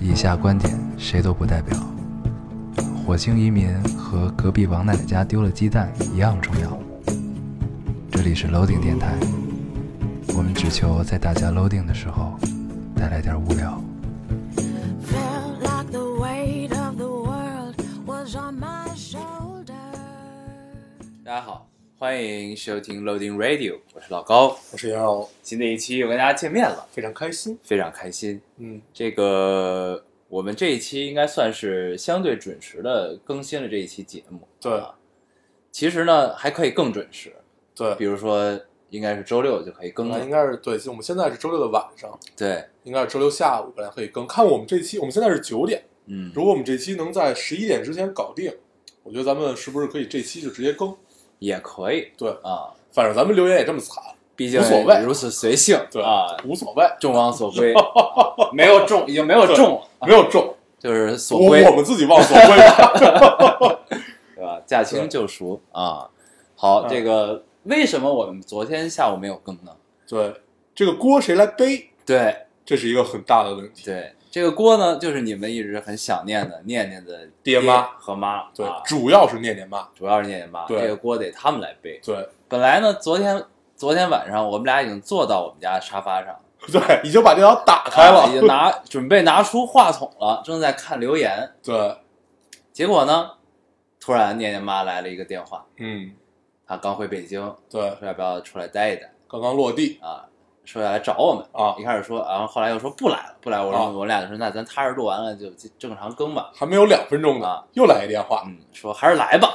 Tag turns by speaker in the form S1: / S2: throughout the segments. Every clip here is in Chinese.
S1: 以下观点谁都不代表。火星移民和隔壁王奶奶家丢了鸡蛋一样重要。这里是 Loading 电台，我们只求在大家 Loading 的时候带来点无聊。
S2: Felt like the weight of the world was on my shoulders.
S3: 大家好，欢迎收听 Loading Radio，我是老高。
S4: 我是杨瑶，
S3: 新的一期又跟大家见面了，
S4: 非常开心。
S3: 非常开心。
S4: 嗯，
S3: 这个我们这一期应该算是相对准时的更新了这一期节目。
S4: 对
S3: 啊，其实呢还可以更准时，
S4: 对，
S3: 比如说应该是周六就可以更
S4: 本来啊应
S3: 了。
S4: 该是对，就我们现在是周六的晚上，
S3: 对，
S4: 应该是周六下午本来可以更。看我们这期，我们现在是九点，
S3: 嗯，
S4: 如果我们这期能在十一点之前搞定，我觉得咱们是不是可以这期就直接更？
S3: 也可以
S4: 对，
S3: 啊，
S4: 反正咱们留言也这么惨，
S3: 毕竟
S4: 无所谓
S3: 如此随性，
S4: 对
S3: 啊，
S4: 无所谓，
S3: 众望所 归，啊没有中，已经没有
S4: 对
S3: 中了，
S4: 没有中，
S3: 就是所
S4: 我
S3: 归。
S4: 我们自己忘所归 吧。
S3: 对吧？驾轻就熟啊。好，
S4: 嗯
S3: 这个为什么我们昨天下午没有更呢？
S4: 对，这个锅谁来背？
S3: 对
S4: 这是一个很大的问题。
S3: 对，这个锅呢，就是你们一直很想念的念念的
S4: 爹妈
S3: 和妈，
S4: 对，
S3: 啊、
S4: 主要是念念妈。
S3: 主要是念念妈，
S4: 对
S3: 这个锅得他们来背。
S4: 对
S3: 本来呢，昨天昨天晚上我们俩已经坐到我们家沙发上，
S4: 对，已经把这条打开
S3: 啊已经
S4: 了。
S3: 拿准备拿出话筒了，正在看留言，
S4: 对，
S3: 结果呢，突然念念妈来了一个电话，
S4: 嗯，
S3: 她刚回北京，
S4: 对，
S3: 说要不要出来待一待
S4: 刚刚落地
S3: 啊，说要来找我们。
S4: 啊
S3: 一，开始说，然后后来又说不来了，不来了。我说
S4: 啊
S3: 我们俩就说，那咱踏实录完了就就正常更吧。
S4: 还没有两分钟呢，
S3: 啊
S4: 又来一电话
S3: 嗯，说还是来 吧。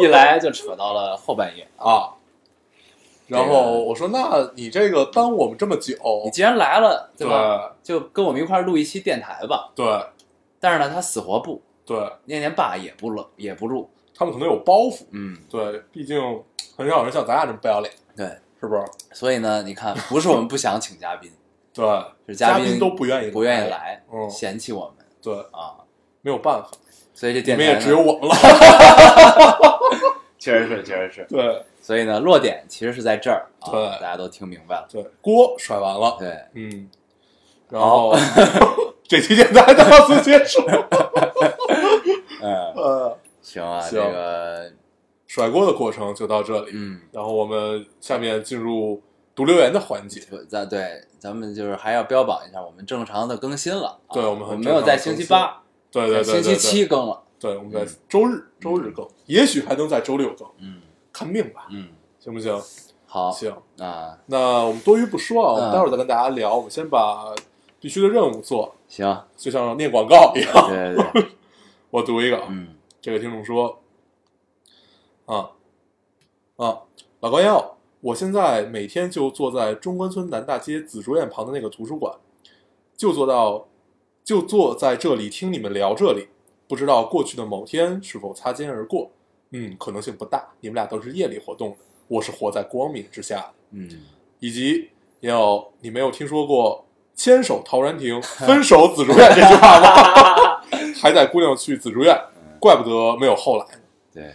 S3: 一来就扯到了后半夜。
S4: 啊。然
S3: 这个
S4: 后我说：“那你这个耽误我们这么久，
S3: 你既然来了，
S4: 对
S3: 吧？就跟我们一块儿录一期电台吧。
S4: 对
S3: 但是呢，他死活不，
S4: 对，
S3: 念念爸也不录，也不录。
S4: 他们可能有包袱，
S3: 嗯，
S4: 对，毕竟很少有人像咱俩这么不要脸，
S3: 对。
S4: 是不是？
S3: 所以呢，你看，不是我们不想请嘉宾，
S4: 对，
S3: 是嘉
S4: 嘉
S3: 宾
S4: 都不愿意，
S3: 不愿意，来，
S4: 嗯
S3: 嫌弃我们
S4: 对，
S3: 啊。
S4: 没有办法，
S3: 所以这
S4: 你
S3: 电
S4: 们
S3: 台
S4: 也
S3: 呢
S4: 只有我们 了。
S3: 确实是，确实是。
S4: 对
S3: 所以呢，落点其实是在这儿啊，
S4: 对
S3: 大家都听明白了。
S4: 对，锅甩完了，
S3: 对，
S4: 嗯，然后 这期电台到此结束。
S3: 嗯，
S4: 呃，
S3: 行啊，
S4: 行
S3: 这个，
S4: 甩锅的过程就到这里，
S3: 嗯，
S4: 然后我们下面进入读留言的环节。
S3: 不咱对，咱们就是还要标榜一下，我们正常的更新了。啊
S4: 对
S3: 我
S4: 我们很
S3: 没有在星期八，
S4: 对对对对
S3: 在
S4: 对，
S3: 星期七嗯更了。
S4: 对，我们
S3: 嗯
S4: 在周日周日更，也许还能在周六更，
S3: 嗯
S4: 看命吧，
S3: 嗯，
S4: 行不行？
S3: 好
S4: 行，
S3: 啊，
S4: 那我们多余不说啊，我
S3: 嗯
S4: 们待会儿再跟大家聊。我们先把必须的任务做，
S3: 行，
S4: 就像念广告一样。
S3: 对对对，
S4: 我读一个啊，
S3: 嗯
S4: 这个听众说，啊啊，老高要，我现在每天就坐在中关村南大街紫竹院旁的那个图书馆，就坐到就坐在这里听你们聊这里，不知道过去的某天是否擦肩而过，嗯，可能性不大，你们俩都是夜里活动的，我是活在光明之下的。
S3: 嗯，
S4: 以及也有你没有听说过“牵手陶然亭，分手紫竹院”这句话吗？ 还带姑娘去紫竹院，怪不得没有后来呢。
S3: 对，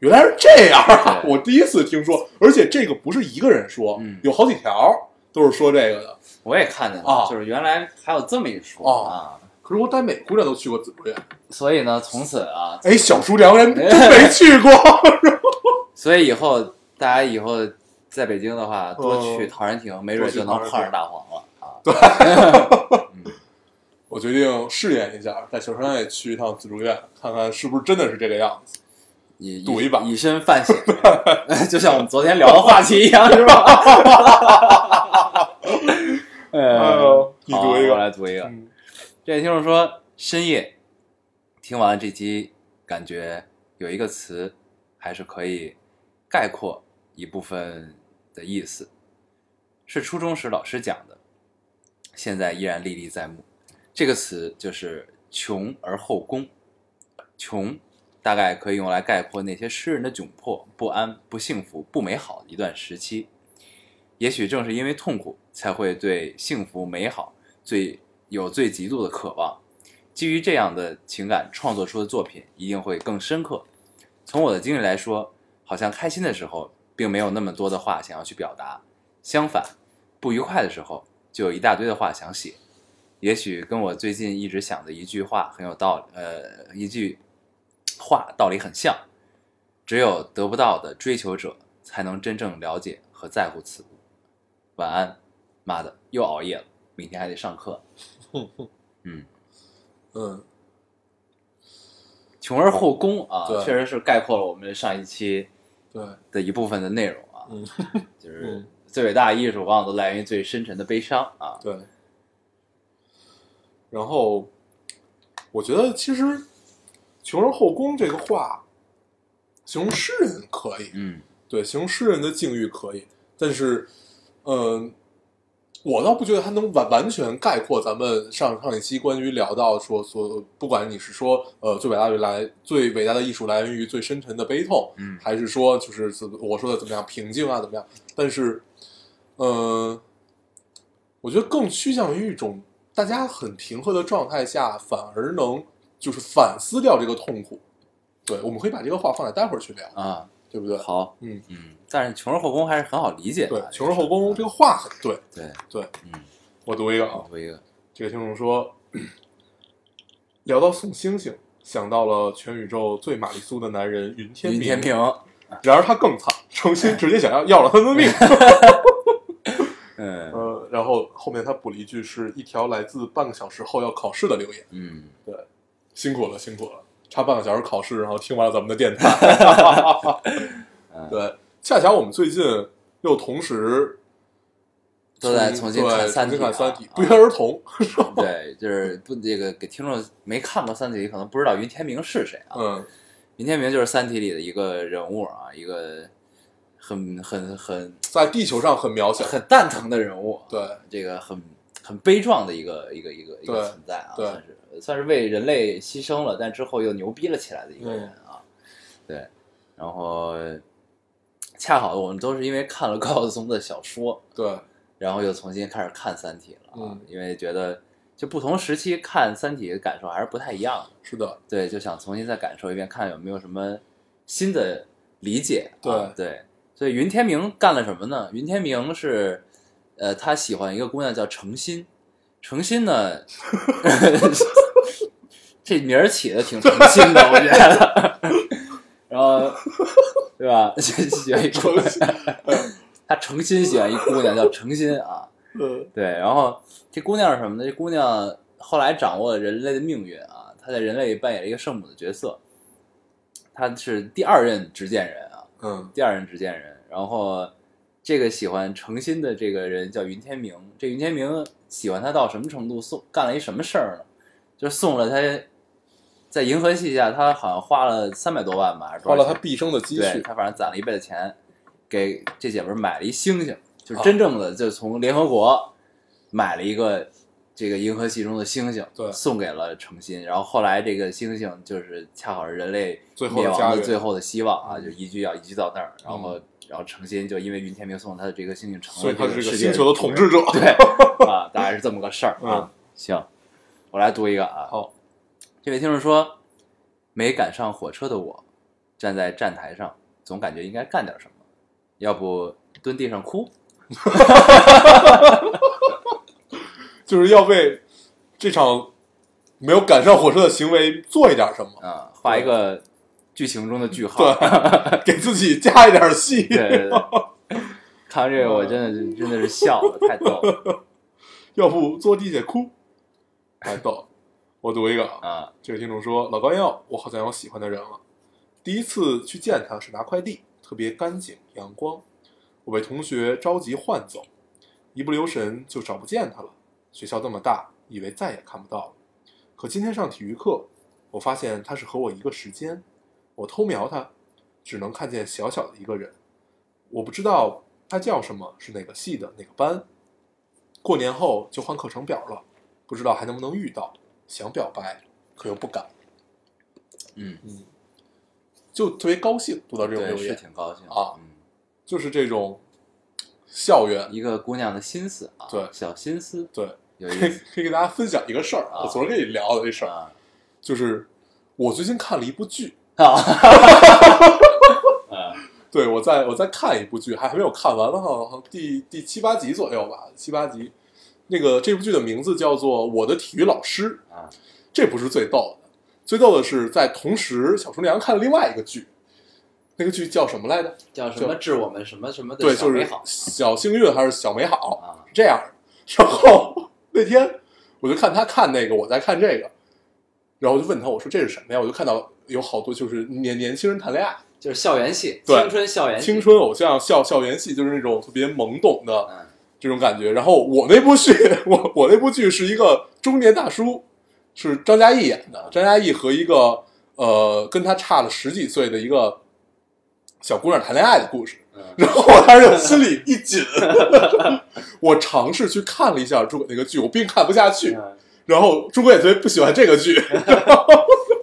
S4: 原来是这样啊！
S3: 对
S4: 我第一次听说，而且这个不是一个人说，
S3: 嗯
S4: 有好几条都是说这个的。
S3: 我也看见了，
S4: 哦
S3: 就是原来还有这么一说
S4: 哦
S3: 啊，
S4: 可是我带每姑娘都去过紫竹院，
S3: 所以呢，从此啊，
S4: 哎，小叔良人真没去过。
S3: 所以以后大家以后在北京的话，多去
S4: 嗯
S3: 陶然亭，没准就能
S4: 多去陶
S3: 碰
S4: 然
S3: 上
S4: 亭
S3: 大黄了啊。
S4: 我决定试验一下，带小山也去一趟紫竹院，看看是不是真的是这个样子。
S3: 以
S4: 赌一把
S3: 以身犯 险，就像我们昨天聊的话题一样，是吧？
S4: 哎
S3: 呃，
S4: 呦，你读一
S3: 好我
S4: 个，
S3: 来读一个。
S4: 嗯，
S3: 这位听众说，深夜听完了这期，感觉有一个词还是可以概括一部分的意思，是初中时老师讲的，现在依然历历在目。这个词就是“穷而后功”，穷大概可以用来概括那些诗人的窘迫、不安、不幸福、不美好的一段时期。也许正是因为痛苦，才会对幸福、美好最有最极度的渴望。基于这样的情感创作出的作品，一定会更深刻。从我的经历来说，好像开心的时候，并没有那么多的话想要去表达；相反，不愉快的时候，就有一大堆的话想写。也许跟我最近一直想的一句话很有道理，呃，一句话道理很像。只有得不到的追求者，才能真正了解和在乎此物。晚安，妈的，又熬夜了，明天还得上课。嗯，
S4: 嗯，
S3: 穷而后功啊
S4: 对，
S3: 确实是概括了我们上一期
S4: 对，
S3: 的一部分的内容啊。
S4: 嗯，
S3: 就是
S4: 嗯
S3: 最伟大的艺术，往往都来源于最深沉的悲伤啊。
S4: 对。然后，我觉得其实“穷而后宫”这个话，形容诗人可以，
S3: 嗯
S4: 对，形容诗人的境遇可以，但是，嗯、我倒不觉得它能完完全概括咱们上上一期关于聊到说说，不管你是说呃最伟大的来最伟大的艺术来源于最深沉的悲痛，
S3: 嗯
S4: 还是说就是怎么我说的怎么样平静啊怎么样，但是，呃，我觉得更趋向于一种大家很平和的状态下，反而能就是反思掉这个痛苦。对，我们可以把这个话放在待会儿去聊，
S3: 啊，
S4: 对不对？
S3: 好，
S4: 嗯
S3: 嗯，但是穷而后功还是很好理解的
S4: 对
S3: 啊。，
S4: 穷而后宫这个话很对。
S3: 对
S4: 对，
S3: 嗯，
S4: 我读一个啊
S3: 我，一个，
S4: 这个听众说，聊到送星星，想到了全宇宙最玛丽苏的男人云天
S3: 云天平，
S4: 然而他更惨，诚心直接想要要了他的 命。
S3: 嗯
S4: 呃，然后后面他补了一句，是一条来自半个小时后要考试的留言，
S3: 嗯，
S4: 辛苦了，辛苦了，差半个小时考试，然后听完了咱们的电台。
S3: 嗯
S4: 对，恰巧我们最近又同时
S3: 都在重新看
S4: 对
S3: 三
S4: 重
S3: 体
S4: 新看
S3: 啊，
S4: 《三体》，
S3: 啊
S4: 不约而同。
S3: 对，就是不这个给听众没看过《三体》，可能不知道云天明是谁啊。
S4: 嗯，
S3: 云天明就是《三体》里的一个人物啊，一个很很很
S4: 在地球上很渺小，
S3: 很蛋疼的人物啊，
S4: 对
S3: 这个很很悲壮的一个一个一个一个
S4: 对
S3: 存在啊，
S4: 对
S3: 算是算是为人类牺牲了，但之后又牛逼了起来的一个人
S4: 嗯
S3: 啊，对，然后恰好我们都是因为看了高晓松的小说，
S4: 对，
S3: 然后又重新开始看《三体》了啊，
S4: 嗯
S3: 因为觉得就不同时期看《三体》的感受还是不太一样的，
S4: 是的，
S3: 对，就想重新再感受一遍，看有没有什么新的理解啊。对所以云天明干了什么呢？云天明是，呃，他喜欢一个姑娘叫程心，程心呢，这名儿起的挺诚心的，我觉得。 然后，对吧？ 就喜欢一个姑
S4: 诚
S3: 娘
S4: 心，
S3: 他诚心喜欢一姑娘叫程心啊。
S4: 嗯
S3: 对，然后这姑娘是什么呢？这姑娘后来掌握了人类的命运啊，她在人类里扮演了一个圣母的角色，她是第二任执剑人啊，
S4: 嗯
S3: 第二任执剑人。然后这个喜欢诚心的这个人叫云天明，这云天明喜欢他到什么程度？送干了一什么事儿呢？就是送了他在银河系下，他好像花了三百多万吧，还是多
S4: 花
S3: 少
S4: 了
S3: 钱
S4: 他毕生的积
S3: 对
S4: 蓄，
S3: 他反正攒了一辈子钱，给这姐们儿买了一星星，就是
S4: 啊
S3: 真正的就从联合国买了一个这个银河系中的星星，
S4: 对
S3: 送给了程心。然后后来这个星星就是恰好是人类
S4: 最后的
S3: 灭
S4: 家
S3: 亡的
S4: 园
S3: 最后的希望啊，
S4: 嗯
S3: 就移居要移居到那儿。然后，然后程心就因为云天明送了他的这个星星，成
S4: 所
S3: 了
S4: 以他是
S3: 这
S4: 这个
S3: 世界
S4: 星球的
S3: 主
S4: 统
S3: 人
S4: 治者。
S3: 对啊，大概是这么个事 儿啊。行，我来读一个啊。
S4: 好，
S3: 这位听众说，没赶上火车的我，站在站台上，总感觉应该干点什么，要不蹲地上哭。
S4: 就是要为这场没有赶上火车的行为做一点什 么，
S3: 啊，画一个剧情中的句号。
S4: 对，给自己加一点戏。
S3: 对对对。看完这个，我真的是真的是笑了，太逗了
S4: 要不坐地铁哭，太逗了。我读一个啊，
S3: 啊！
S4: 这个听众说：“老高要，我好像有喜欢的人了。第一次去见他是拿快递，特别干净阳光。我被同学着急换走，一不留神就找不见他了。学校那么大，以为再也看不到了。可今天上体育课，我发现他是和我一个时间。我偷瞄他，只能看见小小的一个人。我不知道他叫什么，是哪个系的哪个班。过年后就换课程表了，不知道还能不能遇到。想表白，可又不敢，
S3: 嗯，
S4: 就特别高兴读到这种
S3: 对，
S4: 留
S3: 是
S4: 言，
S3: 挺高兴的
S4: 啊
S3: 嗯
S4: 就是这种校园。
S3: 一个姑娘的心思啊，
S4: 对
S3: 小心思，
S4: 对，
S3: 有意
S4: 可以
S3: 思
S4: 可以给大家分享一个事儿
S3: 啊
S4: 我昨儿跟你聊的这事儿，
S3: 啊
S4: 就是我最近看了一部剧，
S3: 啊！
S4: 对我在我在看一部剧，还还没有看完了，好像第第七八集左右吧，七八集，那个这部剧的名字叫做《我的体育老师》
S3: 啊，
S4: 这不是最逗的，最逗的是在同时，小厨娘看了另外一个剧，那个剧叫什么来着？
S5: 叫什么治我们什么什么的
S4: 对，
S5: 小
S4: 就是
S5: 美好
S4: 小幸运还是小美好？
S3: 啊，
S4: 这样。然后 那天我就看他看那个，我在看这个，然后我就问他，我说这是什么呀？我就看到有好多就是年年轻人谈恋爱，
S5: 就是校园戏，
S4: 对
S5: 青春
S3: 哎
S5: 校园戏
S4: 青春偶像校校园戏，就是那种特别懵懂的
S3: 嗯，
S4: 这种感觉。然后我那部剧，我我那部剧是一个中年大叔，是张嘉译演的，张嘉译和一个呃跟他差了十几岁的一个小姑娘谈恋爱的故事。
S3: 嗯
S4: 然后我当时就心里一紧， 我尝试去看了一下诸葛那个剧，我并看不下去。
S5: 嗯
S4: 然后诸葛也特别不喜欢这个剧，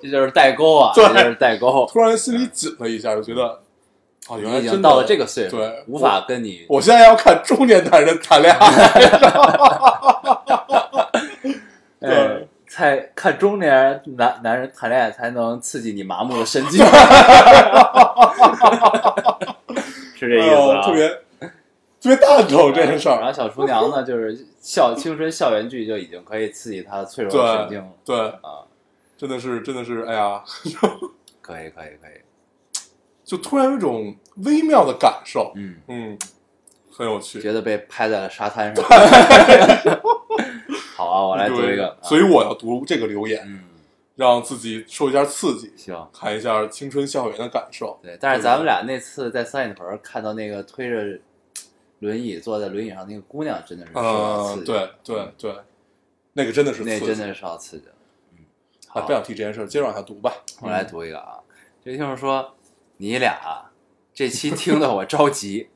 S5: 这就是代沟啊，
S4: 对
S5: 这就是代沟。
S4: 突然心里紧了一下，就觉得啊，原
S3: 你
S4: 来
S3: 已
S4: 真
S3: 经
S4: 的
S3: 到了这个岁数，
S4: 对
S3: 无法跟你
S4: 我现在要看中年男人谈恋爱，
S3: 哎，才看中年男男人谈恋爱才能刺激你麻木的神 经， 是这意思啊？哎
S4: 哦特别特别蛋疼这件事
S3: 然
S4: 儿。
S3: 后小厨娘呢，就是校青春校园剧就已经可以刺激她的脆弱的神经
S4: 对
S3: 了
S4: 对，
S3: 啊，
S4: 真的是真的是，哎呀，
S3: 可以可以可以，
S4: 就突然有一种微妙的感受，
S3: 嗯，
S4: 嗯，很有趣。
S3: 觉得被拍在了沙滩 上。 好啊，我
S4: 我
S3: 来读一个，
S4: 所
S3: 以
S4: 以我要读这个留言，
S3: 嗯，
S4: 让自己受一下刺激。
S3: 行。
S4: 看一下青春校园的感受。
S3: 对，但是咱们俩那次在三里屯儿看到那个推着轮椅坐在轮椅上那个姑娘，真的是受到刺
S4: 嗯，
S3: 激，
S4: 对对对，那个真的是刺
S3: 那
S4: 激，
S3: 真的是受到刺激了。好
S4: 啊，不想提这件事，接着往下读吧。
S3: 我来读一个啊，这个听众说：“你俩这期听得我着急，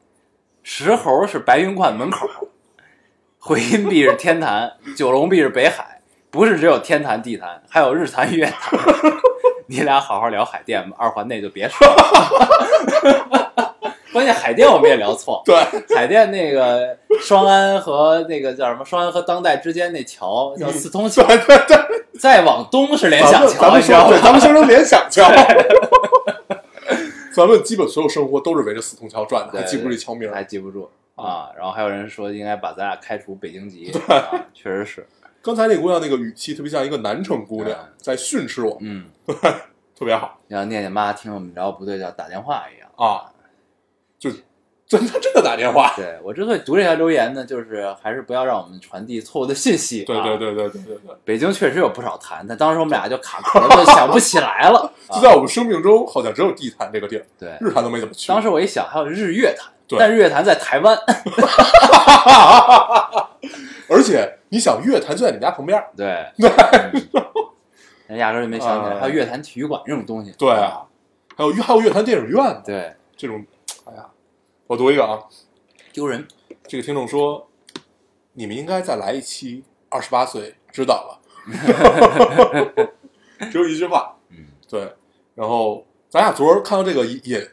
S3: 石猴是白云观门口，回音壁是天坛，九龙壁是北海，不是只有天坛、地坛，还有日坛、月坛。 你俩好好聊海淀吧，二环内就别说了。 关键海淀我们也聊错，
S4: 对，
S3: 海淀那个双安和那个叫什么双安和当代之间那桥
S4: 嗯
S3: 叫四通桥，
S4: 对对对，
S3: 再往东是联
S4: 咱
S3: 想
S4: 们咱
S3: 桥，
S4: 们
S3: 你知道吗
S4: 说，对，？咱们说成联想 桥。 咱们基本所有生活都是围着四通桥转的，
S3: 对
S4: 还记不住这桥名 儿。
S3: 还记不住
S4: 嗯
S3: 啊。然后还有人说应该把咱俩开除北京籍，啊确实是，
S4: 刚才那姑娘那个语气特别像一个南城姑娘
S3: 对
S4: 在训斥我，
S3: 嗯，
S4: 特别好
S3: 让念念妈听我们聊不对，叫打电话一样。
S4: 啊，就真的真的打电话。
S3: 对我之所以读这条留言呢，就是还是不要让我们传递错误的信息。啊
S4: 对对，对对对对对，
S3: 北京确实有不少坛，但当时我们俩就卡 壳了，就想不起来了。
S4: 就
S3: 啊
S4: 在我们生命中，好像只有地坛这个地儿，
S3: 对，
S4: 日坛都没怎么去。
S3: 当时我一想还有日月潭，
S4: 对
S3: 但日月潭在台湾。
S4: 而且你想，乐坛就在你们家旁边 儿，
S3: 对，嗯压根儿就没想起来，
S4: 啊
S3: 还有乐坛体育馆这种东西。
S4: 对啊，还有还有乐坛电影院呢
S3: 对，
S4: 这种，哎呀，我读一个啊，
S3: 丢人。
S4: 这个听众说，你们应该再来一期二十八岁，知道了， 只有一句话，
S3: 嗯
S4: 对，然后咱俩昨儿看到这个也也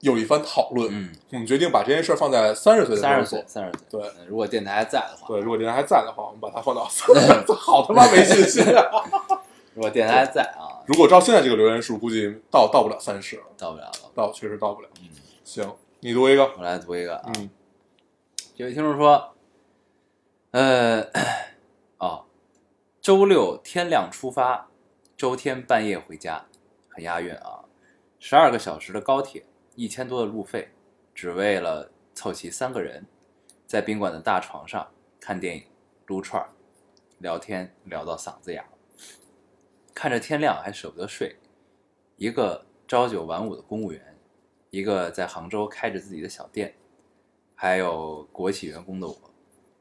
S4: 有一番讨论，
S3: 嗯，
S4: 我们决定把这件事儿放在三十岁的时
S3: 三
S4: 候
S3: 十
S4: 做
S3: 岁，，三十岁。
S4: 对
S3: 嗯，如果电台还在的话，
S4: 对，如果这人还在的话，我们把它放到三
S3: 嗯
S4: 十岁， 好他妈没信心啊！
S3: 如果电台还在啊，
S4: 如果照现在这个留言数，估计到到不了三十，
S3: 到不了了。
S4: 到确实到不了。
S3: 嗯
S4: 行，你读一个，
S3: 我来读一个啊，
S4: 嗯，
S3: 这位听众说，呃， 哦，周六天亮出发，周天半夜回家，很押韵啊。十二个小时的高铁，一千多的路费，只为了凑齐三个人，在宾馆的大床上看电影、撸串儿、聊天，聊到嗓子哑了。看着天亮还舍不得睡，一个朝九晚五的公务员，一个在杭州开着自己的小店，还有国企员工的我，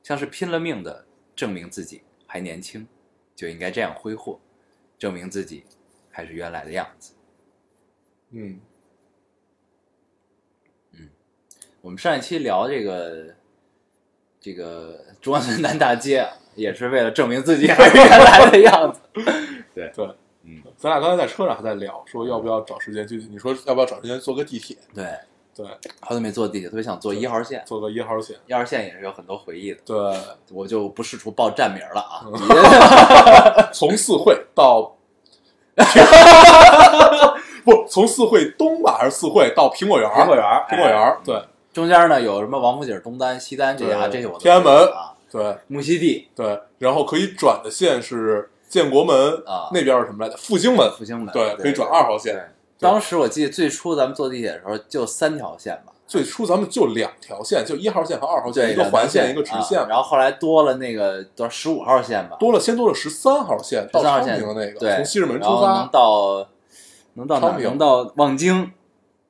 S3: 像是拼了命的证明自己还年轻，就应该这样挥霍，证明自己还是原来的样子。
S4: 嗯，
S3: 嗯我们上一期聊这个这个中关村南大街啊，也是为了证明自己还是原来的样子。
S4: 对，
S3: 嗯，
S4: 咱俩刚才在车上还在聊，说要不要找时间去？你说要不要找时间坐个地铁？
S3: 对，
S4: 对，
S3: 好久没坐地铁，特别想坐一号线。
S4: 坐个一号线。
S3: 一号线也是有很多回忆的，
S4: 对，
S3: 我就不试图报站名了啊。
S4: 嗯从四惠到， 不，从四惠东吧，还是四惠到苹果园？哎
S3: 苹
S4: 苹
S3: 果园
S4: 苹果园。对
S3: 中间呢有什么王府井、东单、西单这些啊，这
S4: 对
S3: 些我都
S4: 天安门
S3: 知道啊，
S4: 对
S3: 木樨地、
S4: 对，然后可以转的线是建国门
S6: 啊
S4: 那边是什么来着？复兴门，
S3: 复兴门，
S4: 对，可以转二号线。
S3: 当时我记得最初咱们坐地铁的时候就三条线吧，
S4: 最初咱们就两条线，哦就一号线和二号线，
S3: 对，
S4: 一个环
S3: 线
S4: 线，一个直
S3: 啊
S4: 线嘛。
S3: 然后后来多了那个多少十五号线吧，
S4: 多了先多了十三号线到
S3: 13号
S4: 昌
S3: 线
S4: 平的那个，
S3: 对，
S4: 从西直门
S3: 然后
S4: 出
S3: 能
S4: 发
S3: 到能到哪
S4: 昌
S3: 儿？
S4: 平
S3: 能到望京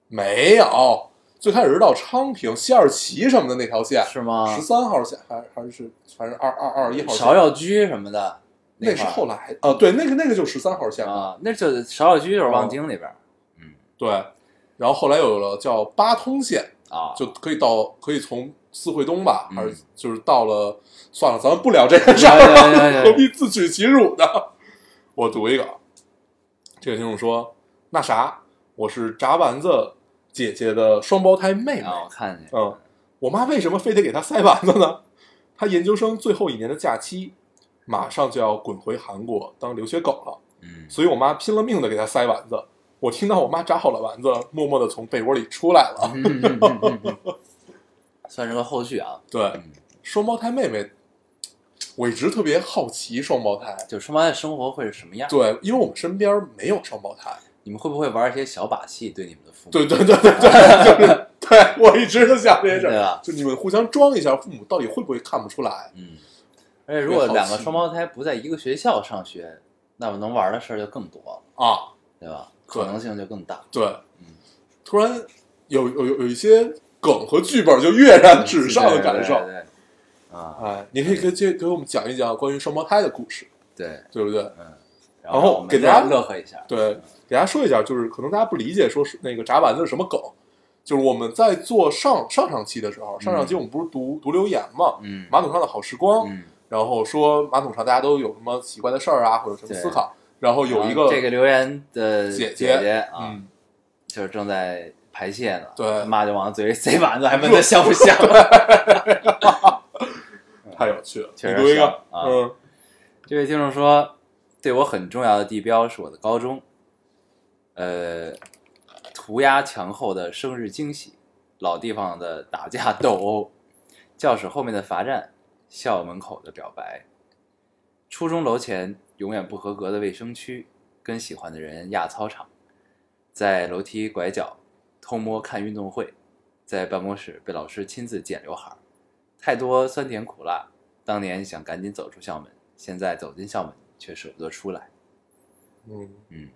S4: 没有？最开始是到昌平、西二旗什么的那条线，
S3: 是吗？
S4: 十三号线还还是反正二二二一号线，
S3: 芍药居什么的，
S4: 那
S3: 块
S4: 是
S3: 儿
S4: 后来啊，对，那个那个就十三号线了，哦
S3: 啊，那就芍药居就是望京那边儿
S4: 对，然后后来有了叫八通线，
S3: 啊，
S4: 就可以到可以从四惠东吧，
S3: 嗯
S4: 还是就是到了算了，咱们不聊这个事儿
S3: 哎哎哎哎
S4: 了，何 必自取其辱呢？我读一个，这个听众说，那啥，我是炸丸子姐姐的双胞胎妹妹，
S3: 啊，我看见
S4: 嗯，我妈为什么非得给她塞丸子呢？ 她研究生最后一年的假期，马上就要滚回韩国当留学狗了，
S3: 嗯
S4: 所以我妈拼了命的给她塞丸子。我听到我妈炸好了丸子，默默的从被窝里出来了。
S3: 嗯嗯嗯嗯嗯嗯 算是个后续啊，
S4: 对，双胞胎妹妹，我一直特别好奇双胞胎。
S3: 就双胞胎生活会是什么样？
S4: 对，因为我们身边没有双胞胎。
S3: 你们会不会玩一些小把戏对你们的父母？
S4: 对对对对对， 就是对我一直都想这件事
S3: 对
S4: 儿
S3: 吧，
S4: 就你们互相装一下，父母到底会不会看不出来？
S3: 嗯，而且如果
S4: 特别
S3: 两
S4: 好奇
S3: 个双胞胎不在一个学校上学，那么能玩的事儿就更多了，
S4: 啊，
S3: 对吧？
S4: 对
S3: 可能性就更大。
S4: 对
S3: 嗯，
S4: 突然有有有有一些梗和剧本就跃然纸上的感受
S3: 嗯对。对对对啊，
S4: 哎，你可以给给给我们讲一讲关于双胞胎的故事，
S3: 对，
S4: 对不对？
S3: 然
S4: 然后
S3: 后我们
S4: 给大家
S3: 再乐呵一下，
S4: 对，给大家说一下，就是可能大家不理解，说是那个炸丸子是什么梗，就是我们在做上上上期的时候，上上期我们不是读、读留言嘛，
S3: 嗯
S4: 马桶上的好时光，
S3: 嗯，
S4: 然后说马桶上大家都有什么奇怪的事儿啊，或者什么
S3: 对
S4: 思考，然后哦有一
S3: 然后
S4: 个
S3: 啊这个留言的
S4: 姐
S3: 姐啊，
S4: 嗯，
S3: 就是正在排泄呢，
S4: 对
S3: 他妈就往嘴里塞丸子，还问他香不香？
S4: 太有趣了，
S3: 啊确
S4: 你
S3: 实
S4: 读一个，
S3: 像啊
S4: 嗯
S3: 这位听众说，对我很重要的地标是我的高中，呃，涂鸦墙后的生日惊喜，老地方的打架斗殴，教室后面的罚站，校门口的表白，初中楼前永远不合格的卫生区，跟喜欢的人压操场，在楼梯拐角偷摸看运动会，在办公室被老师亲自剪刘海儿，太多酸甜苦辣，当年想赶紧走出校门，现在走进校门却舍不得出来。
S4: 嗯，
S3: 嗯，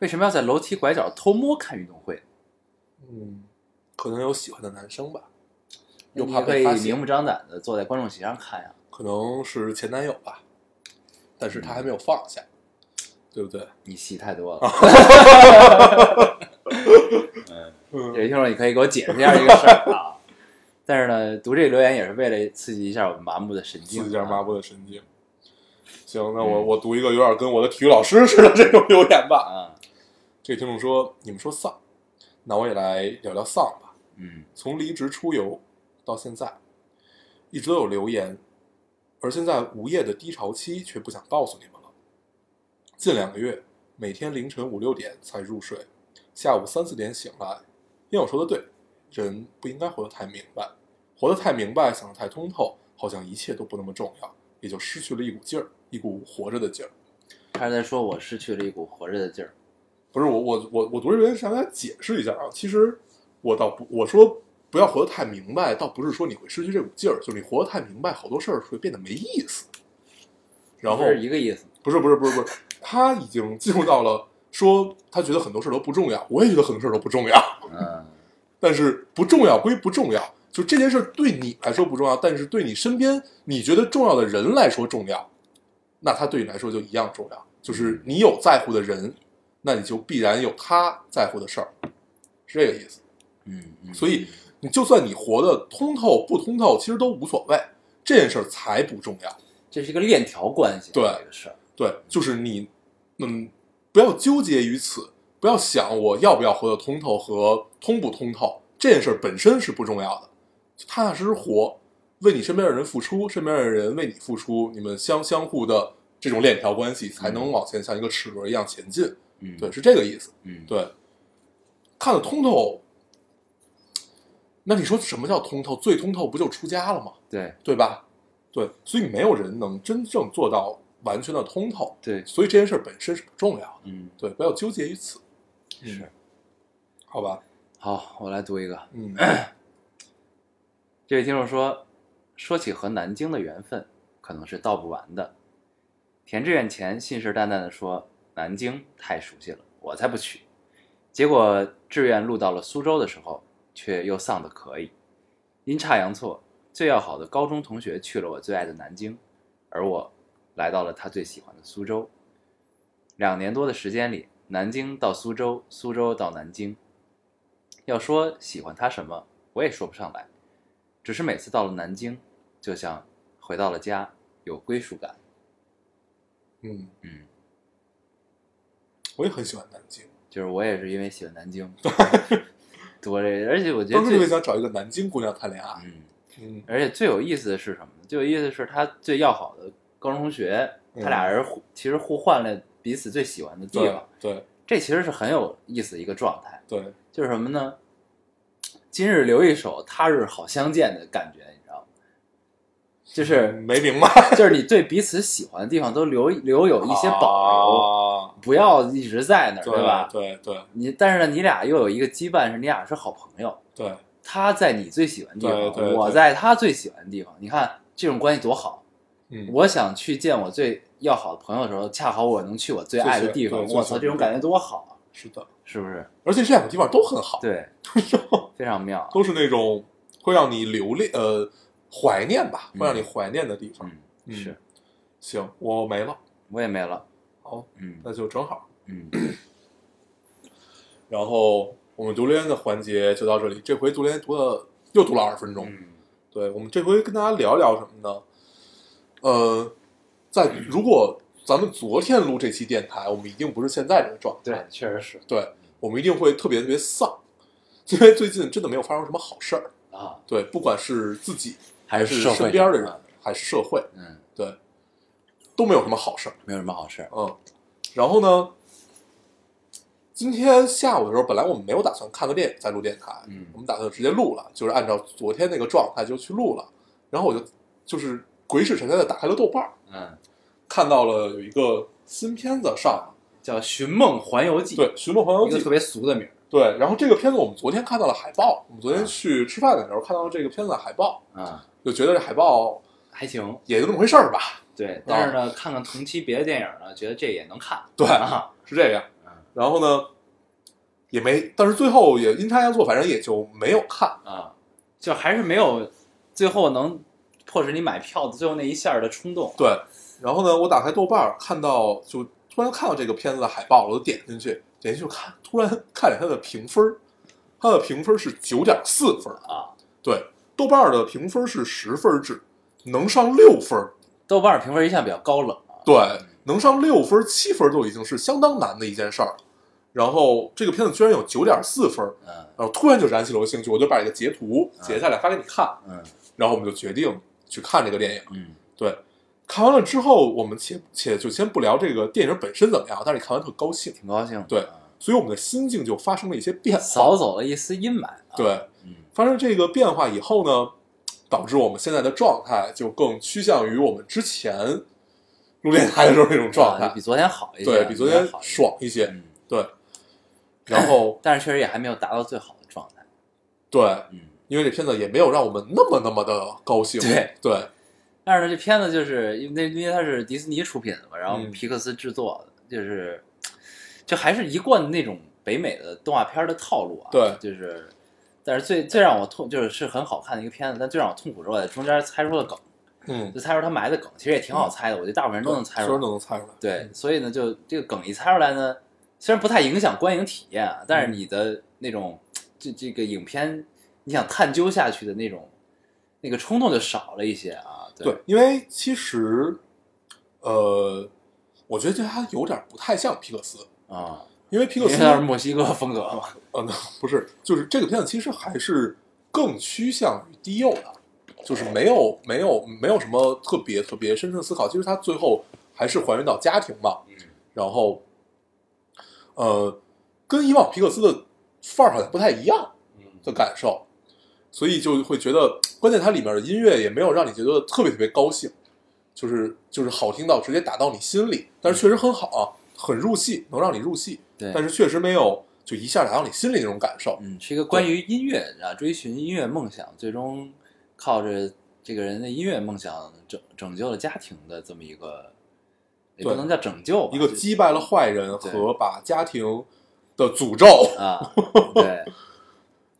S3: 为什么要在楼梯拐角偷摸看运动会？
S4: 嗯，可能有喜欢的男生吧，又
S3: 你
S4: 怕
S3: 可
S4: 被
S3: 以
S4: 发
S3: 明
S4: 现，
S3: 目张胆的坐在观众席上看呀、
S4: 可能是前男友吧，但是他还没有放下，对不对？
S3: 你戏太多
S4: 啊
S3: 了。
S4: 嗯
S3: 有些听众，你可以给我解释一下这个事儿啊。但是呢，读这个留言也是为了刺激一下我们麻木的神经、
S4: 刺
S3: 啊，
S4: 激一下麻木的神经。行，那我、
S3: 嗯
S4: 我读一个有点跟我的体育老师似的这种留言吧。
S3: 啊，
S4: 这个听众说：“你们说丧，那我也来聊聊丧吧。
S3: 嗯
S4: 从离职出游到现在，一直都有留言，而现在无业的低潮期却不想告诉你们了。近两个月，每天凌晨五六点才入睡，下午三四点醒来。烟友说的对，人不应该活得太明白，活得太明白，想得太通透，好像一切都不那么重要，也就失去了一股劲儿，一股活着的劲儿。
S3: 他是在说我失去了一股活着的劲儿。
S4: 不是我我我我读这边想给大家解释一下啊，其实我倒不我说不要活得太明白，倒不是说你会失去这股劲儿，就是你活得太明白，好多事儿会变得没意思。然后
S3: 这是一个意 思，
S4: 不是不是不是不是，他已经进入到了说他觉得很多事儿都不重要，我也觉得很多事儿都不重要，
S3: 嗯，
S4: 但是不重要归不重要，就这件事儿对你来说不重要，但是对你身边你觉得重要的人来说重要，那他对你来说就一样重要。就是你有在乎的人，那你就必然有他在乎的事儿，是这个意思。
S3: 嗯嗯，
S4: 所以你就算你活得通透不通透，其实都无所谓，这件事儿才不重要。
S3: 这是一个链条关系啊，
S4: 对
S3: 这个事儿，
S4: 对，就是你，嗯，不要纠结于此，不要想我要不要活得通透和通不通透这件事儿本身是不重要的，就踏踏实实活，为你身边的人付出，身边的人为你付出，你们相相互的这种链条关系才能往前像一个齿轮一样前进。
S3: 嗯，
S4: 对，，是这个意思。
S3: 嗯，
S4: 对，看得通透，那你说什么叫通透？最通透不就出家了吗？
S3: 对
S4: 对吧？对，所以没有人能真正做到完全的通透，
S3: 对，
S4: 所以这件事儿本身是不重要的。
S3: 嗯，
S4: 对，不要纠结于此。
S3: 是。
S4: 好吧，
S3: 好，我来读一个。
S4: 嗯
S3: 这位听众说，说起和南京的缘分，可能是道不完的。填志愿前信誓旦旦地说南京太熟悉了，我才不去。结果志愿录到了苏州的时候，却又丧得可以。阴差阳错，最要好的高中同学去了我最爱的南京，而我来到了他最喜欢的苏州。两年多的时间里，南京到苏州，苏州到南京。要说喜欢他什么，我也说不上来，只是每次到了南京，就像回到了家，有归属感。
S4: 嗯，
S3: 嗯，
S4: 我也很喜欢南京，
S3: 就是我也是因为喜欢南京，多这，而且我觉
S4: 当
S3: 得
S4: 时特别
S3: 最，
S4: 想找一个南京姑娘谈恋爱。
S3: 嗯，
S4: 嗯
S3: 而且最有意思的是什么呢？最有意思的是他最要好的高中同学，他俩人互其实互换了彼此最喜欢的地
S4: 对
S3: 方，
S4: 对
S3: 这其实是很有意思的一个状态。
S4: 对，
S3: 就是什么呢？今日留一手，他日好相见的感觉，你知道吗？就是
S4: 没明白，
S3: 就是你对彼此喜欢的地方都留留有一些保
S4: 保
S3: 留，不要一直在那儿，
S4: 留
S3: 对吧？
S4: 啊哦对对
S3: 你但是呢，你俩又有一个羁绊，是你俩是好朋友。
S4: 对
S3: 他在你最喜欢的地
S4: 对
S3: 方，
S4: 对
S3: 我
S4: 对
S3: 在他最喜欢的地方。你看这种关系多好！
S4: 对，嗯，
S3: 我想去见我最要好的朋友的时候，恰好我能去我最爱的地方。
S4: 最喜
S3: 我
S4: 欢
S3: 操，
S4: 对
S3: 这种感觉多好啊！
S4: 是的，
S3: 是不是？
S4: 而且这两个地方都很好，
S3: 对，非常妙啊。
S4: 都是那种会让你留恋呃怀念吧，
S3: 嗯
S4: 会让你怀念的地方。
S3: 嗯，
S4: 嗯
S3: 是，
S4: 行，我没了，
S3: 我也没了。
S4: 好，
S3: 嗯
S4: 那就正好。
S3: 嗯，
S4: 然后我们读留言的环节就到这里，这回读留言读了又读了二十分钟。
S3: 嗯
S4: 对，我们这回跟大家聊聊什么呢？呃，在如果咱们昨天录这期电台，我们一定不是现在这个状态，
S3: 对，确实是
S4: 对我们一定会特别特别丧，因为最近真的没有发生什么好事儿。
S3: 啊，
S4: 对，不管是自己
S3: 还
S4: 是
S3: 社会
S4: 身边的
S3: 上
S4: 人，还是社会，
S3: 嗯，
S4: 对，都没有什么好事儿。
S3: 没有什么好事儿。
S4: 嗯，然后呢，今天下午的时候，本来我们没有打算看个电影再录电台，
S3: 嗯
S4: 我们打算直接录了，就是按照昨天那个状态就去录了。然后我就就是鬼使神差的打开了豆瓣儿，
S3: 嗯，
S4: 看到了有一个新片子上了，
S3: 叫《寻梦环游记》，
S4: 对，《寻梦环游
S3: 一
S4: 记
S3: 个》特别俗的名儿。
S4: 对。然后这个片子我们昨天看到了海报，我们昨天去吃饭的时候看到了这个片子的海报，
S3: 啊，
S4: 就觉得这海报
S3: 还行。
S4: 也就那么回事儿吧，
S3: 对，但是呢，看看同期别的电影呢，觉得这也能看。
S4: 对
S3: 啊，
S4: 是这样
S3: 嗯。
S4: 然后呢，也没，但是最后也阴差阳错，反正也就没有看。
S3: 啊，就还是没有最后能迫使你买票的最后那一下儿的冲动。
S4: 对，然后呢，我打开豆瓣儿看到，就突然看到这个片子的海报，我就点进去，点进去看，突然看了它的评分儿，它的评分儿是九点四分儿
S3: 啊。
S4: 对，豆瓣儿的评分儿是十分儿制，能上六分儿，
S3: 豆瓣儿评分一向比较高冷啊。
S4: 对，能上六分儿、七分儿都已经是相当难的一件事儿了。然后这个片子居然有九点四分儿，
S3: 嗯
S4: 然后突然就燃起了我兴趣，我就把这个截图截下来发给你看，
S3: 嗯
S4: 然后我们就决定去看这个电影。
S3: 嗯
S4: 对，看完了之后，我们且且就先不聊这个电影本身怎么样，但是看完特高兴，
S3: 挺高兴的。
S4: 对
S3: 啊
S4: 所以我们的心境就发生了一些变化。
S3: 扫走了一丝阴霾。啊，
S4: 对，
S3: 嗯
S4: 发生这个变化以后呢，导致我们现在的状态就更趋向于我们之前录电台的时候那种状态
S3: 啊，比昨天好一些，
S4: 对比昨天
S3: 好一些。
S4: 爽一些。
S3: 嗯，
S4: 对，然后
S3: 但是确实也还没有达到最好的状态。
S4: 对，
S3: 嗯，
S4: 因为这片子也没有让我们那么那么的高兴。
S3: 对
S4: 对
S3: 但是呢，这片子就是因为那因为它是迪士尼出品的嘛，然后
S4: 嗯
S3: 皮克斯制作的，就是就还是一贯的那种北美的动画片的套路啊。
S4: 对
S3: 就是，但是最最让我痛就是是很好看的一个片子，但最让我痛苦之外，中间猜出了梗，
S4: 嗯，
S3: 就猜出他埋的梗，其实也挺好猜的，我觉得大部分人都能猜
S4: 所有
S3: 出
S4: 人
S3: 来。
S4: 都能猜出来。
S3: 对，所以呢，就这个梗一猜出来呢，虽然不太影响观影体验啊，但是你的那种这这个影片你想探究下去的那种那个冲动就少了一些啊。对
S4: 对，因为其实，呃，我觉得它有点不太像皮克斯，
S3: 啊。
S4: 因为皮
S3: 因
S4: 克
S3: 为
S4: 斯，
S3: 它是墨西哥风格 嘛。
S4: 呃，那不是，就是这个片子其实还是更趋向于低幼的，就是没有没有没有什么特别特别深深的思考。其实它最后还是还原到家庭嘛，然后，呃，跟以往皮克斯的范儿好像不太一样的感受，所以就会觉得，关键它里面的音乐也没有让你觉得特别特别高兴，就是就是好听到直接打到你心里，但是确实很好啊，很入戏，能让你入戏，
S3: 对，
S4: 但是确实没有就一下打到你心里那种感受。
S3: 嗯，是一个关于音乐啊，追寻音乐梦想，最终靠着这个人的音乐梦想拯拯救了家庭的这么一个，也不
S4: 对
S3: 能叫拯救吧，
S4: 一个
S3: 就是
S4: 击败了坏人
S3: 对
S4: 和把家庭的诅咒
S3: 啊，对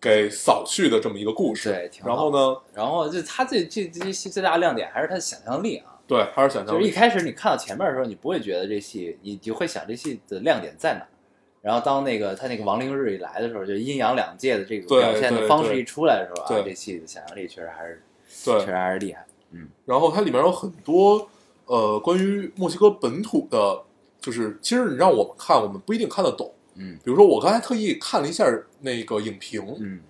S4: 给扫去的这么一个故事。
S3: 对，挺好
S4: 然后？呢，
S3: 然后就他这这这这戏最大的亮点还是他的想象力啊，
S4: 对，还是想
S3: 就
S4: 象
S3: 是一
S4: 力，
S3: 开始你看到前面的时候，你不会觉得这戏，你你会想这戏的亮点在哪儿。然后当那个他那个亡灵日一来的时候，就阴阳两界的这个
S4: 对
S3: 表现的
S4: 对
S3: 方式
S4: 对
S3: 一出来的时候啊，
S4: 对
S3: 这戏的想象力确实还是确
S4: 对
S3: 实。还是厉害。
S4: 然后它里面有很多呃关于墨西哥本土的，就是其实你让我们看，我们不一定看得懂。
S3: 嗯
S4: 比如说我刚才特意看了一下那个影评，
S3: 嗯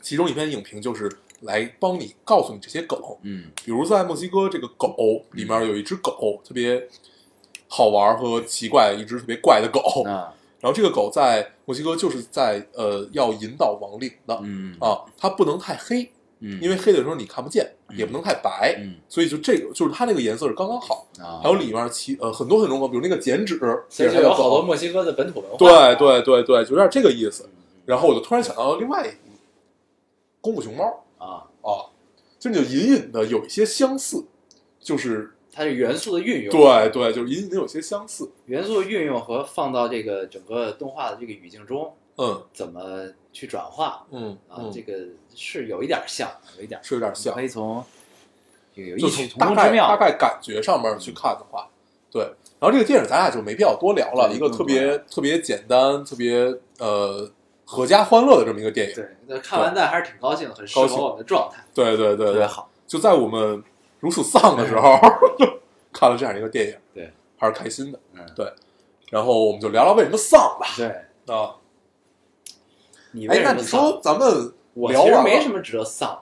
S4: 其中一篇影评就是来帮你告诉你这些梗。
S3: 嗯
S4: 比如在墨西哥这个狗里面有一只狗特别好玩和奇怪，一只特别怪的狗。
S3: 啊
S4: 然后这个狗在墨西哥就是在呃要引导亡灵的
S3: 嗯
S4: 啊，它不能太黑，
S3: 嗯，
S4: 因为黑的时候你看不见，也不能太白，
S3: 嗯
S4: 所以就这个就是它那个颜色是刚刚好。
S3: 啊，
S4: 还有里面其呃很多很多狗，比如那个剪纸，
S3: 其实
S4: 也是
S3: 有好多
S4: 狗
S3: 墨西哥的本土文化。
S4: 对对对对，就有点这个意
S3: 嗯
S4: 思。然后我就突然想到另外一部《功夫熊猫
S3: 啊，》
S4: 啊，就你就隐隐的有一些相似，就是
S3: 它是元素的运用，
S4: 对对，就是隐隐的有些相似。
S3: 元素的运用和放到这个整个动画的这个语境中，
S4: 嗯
S3: 怎么去转化
S4: 嗯
S3: 啊？
S4: 嗯
S3: 这，个是有一点像，有一点
S4: 是有点像
S3: 可。以从这个有
S4: 就
S3: 异曲
S4: 从
S3: 同
S4: 大
S3: 工之
S4: 概大
S3: 妙。
S4: 概感觉上面去看的话，对。然后这个电影咱俩就没必要多聊了，
S3: 对
S4: 一个特
S3: 不用
S4: 别特别简单、特别呃合家欢乐的这么一个电影。
S3: 对，那看完但还是挺高兴的，很适
S4: 高
S3: 合
S4: 兴
S3: 我们的状态，
S4: 对对对
S3: 特
S4: 对
S3: 别，好。
S4: 就在我们如数丧的时候 看了这样一个电影，
S3: 对，
S4: 还是开心的。
S3: 嗯，
S4: 对，然后我们就聊聊为什么丧吧。
S3: 对，
S4: 啊，
S3: 你为
S4: 哎，那
S3: 什么
S4: 你
S3: 丧
S4: 说咱们
S3: 我
S4: 聊
S3: 其实
S4: 完
S3: 没
S4: 了
S3: 什么值得丧。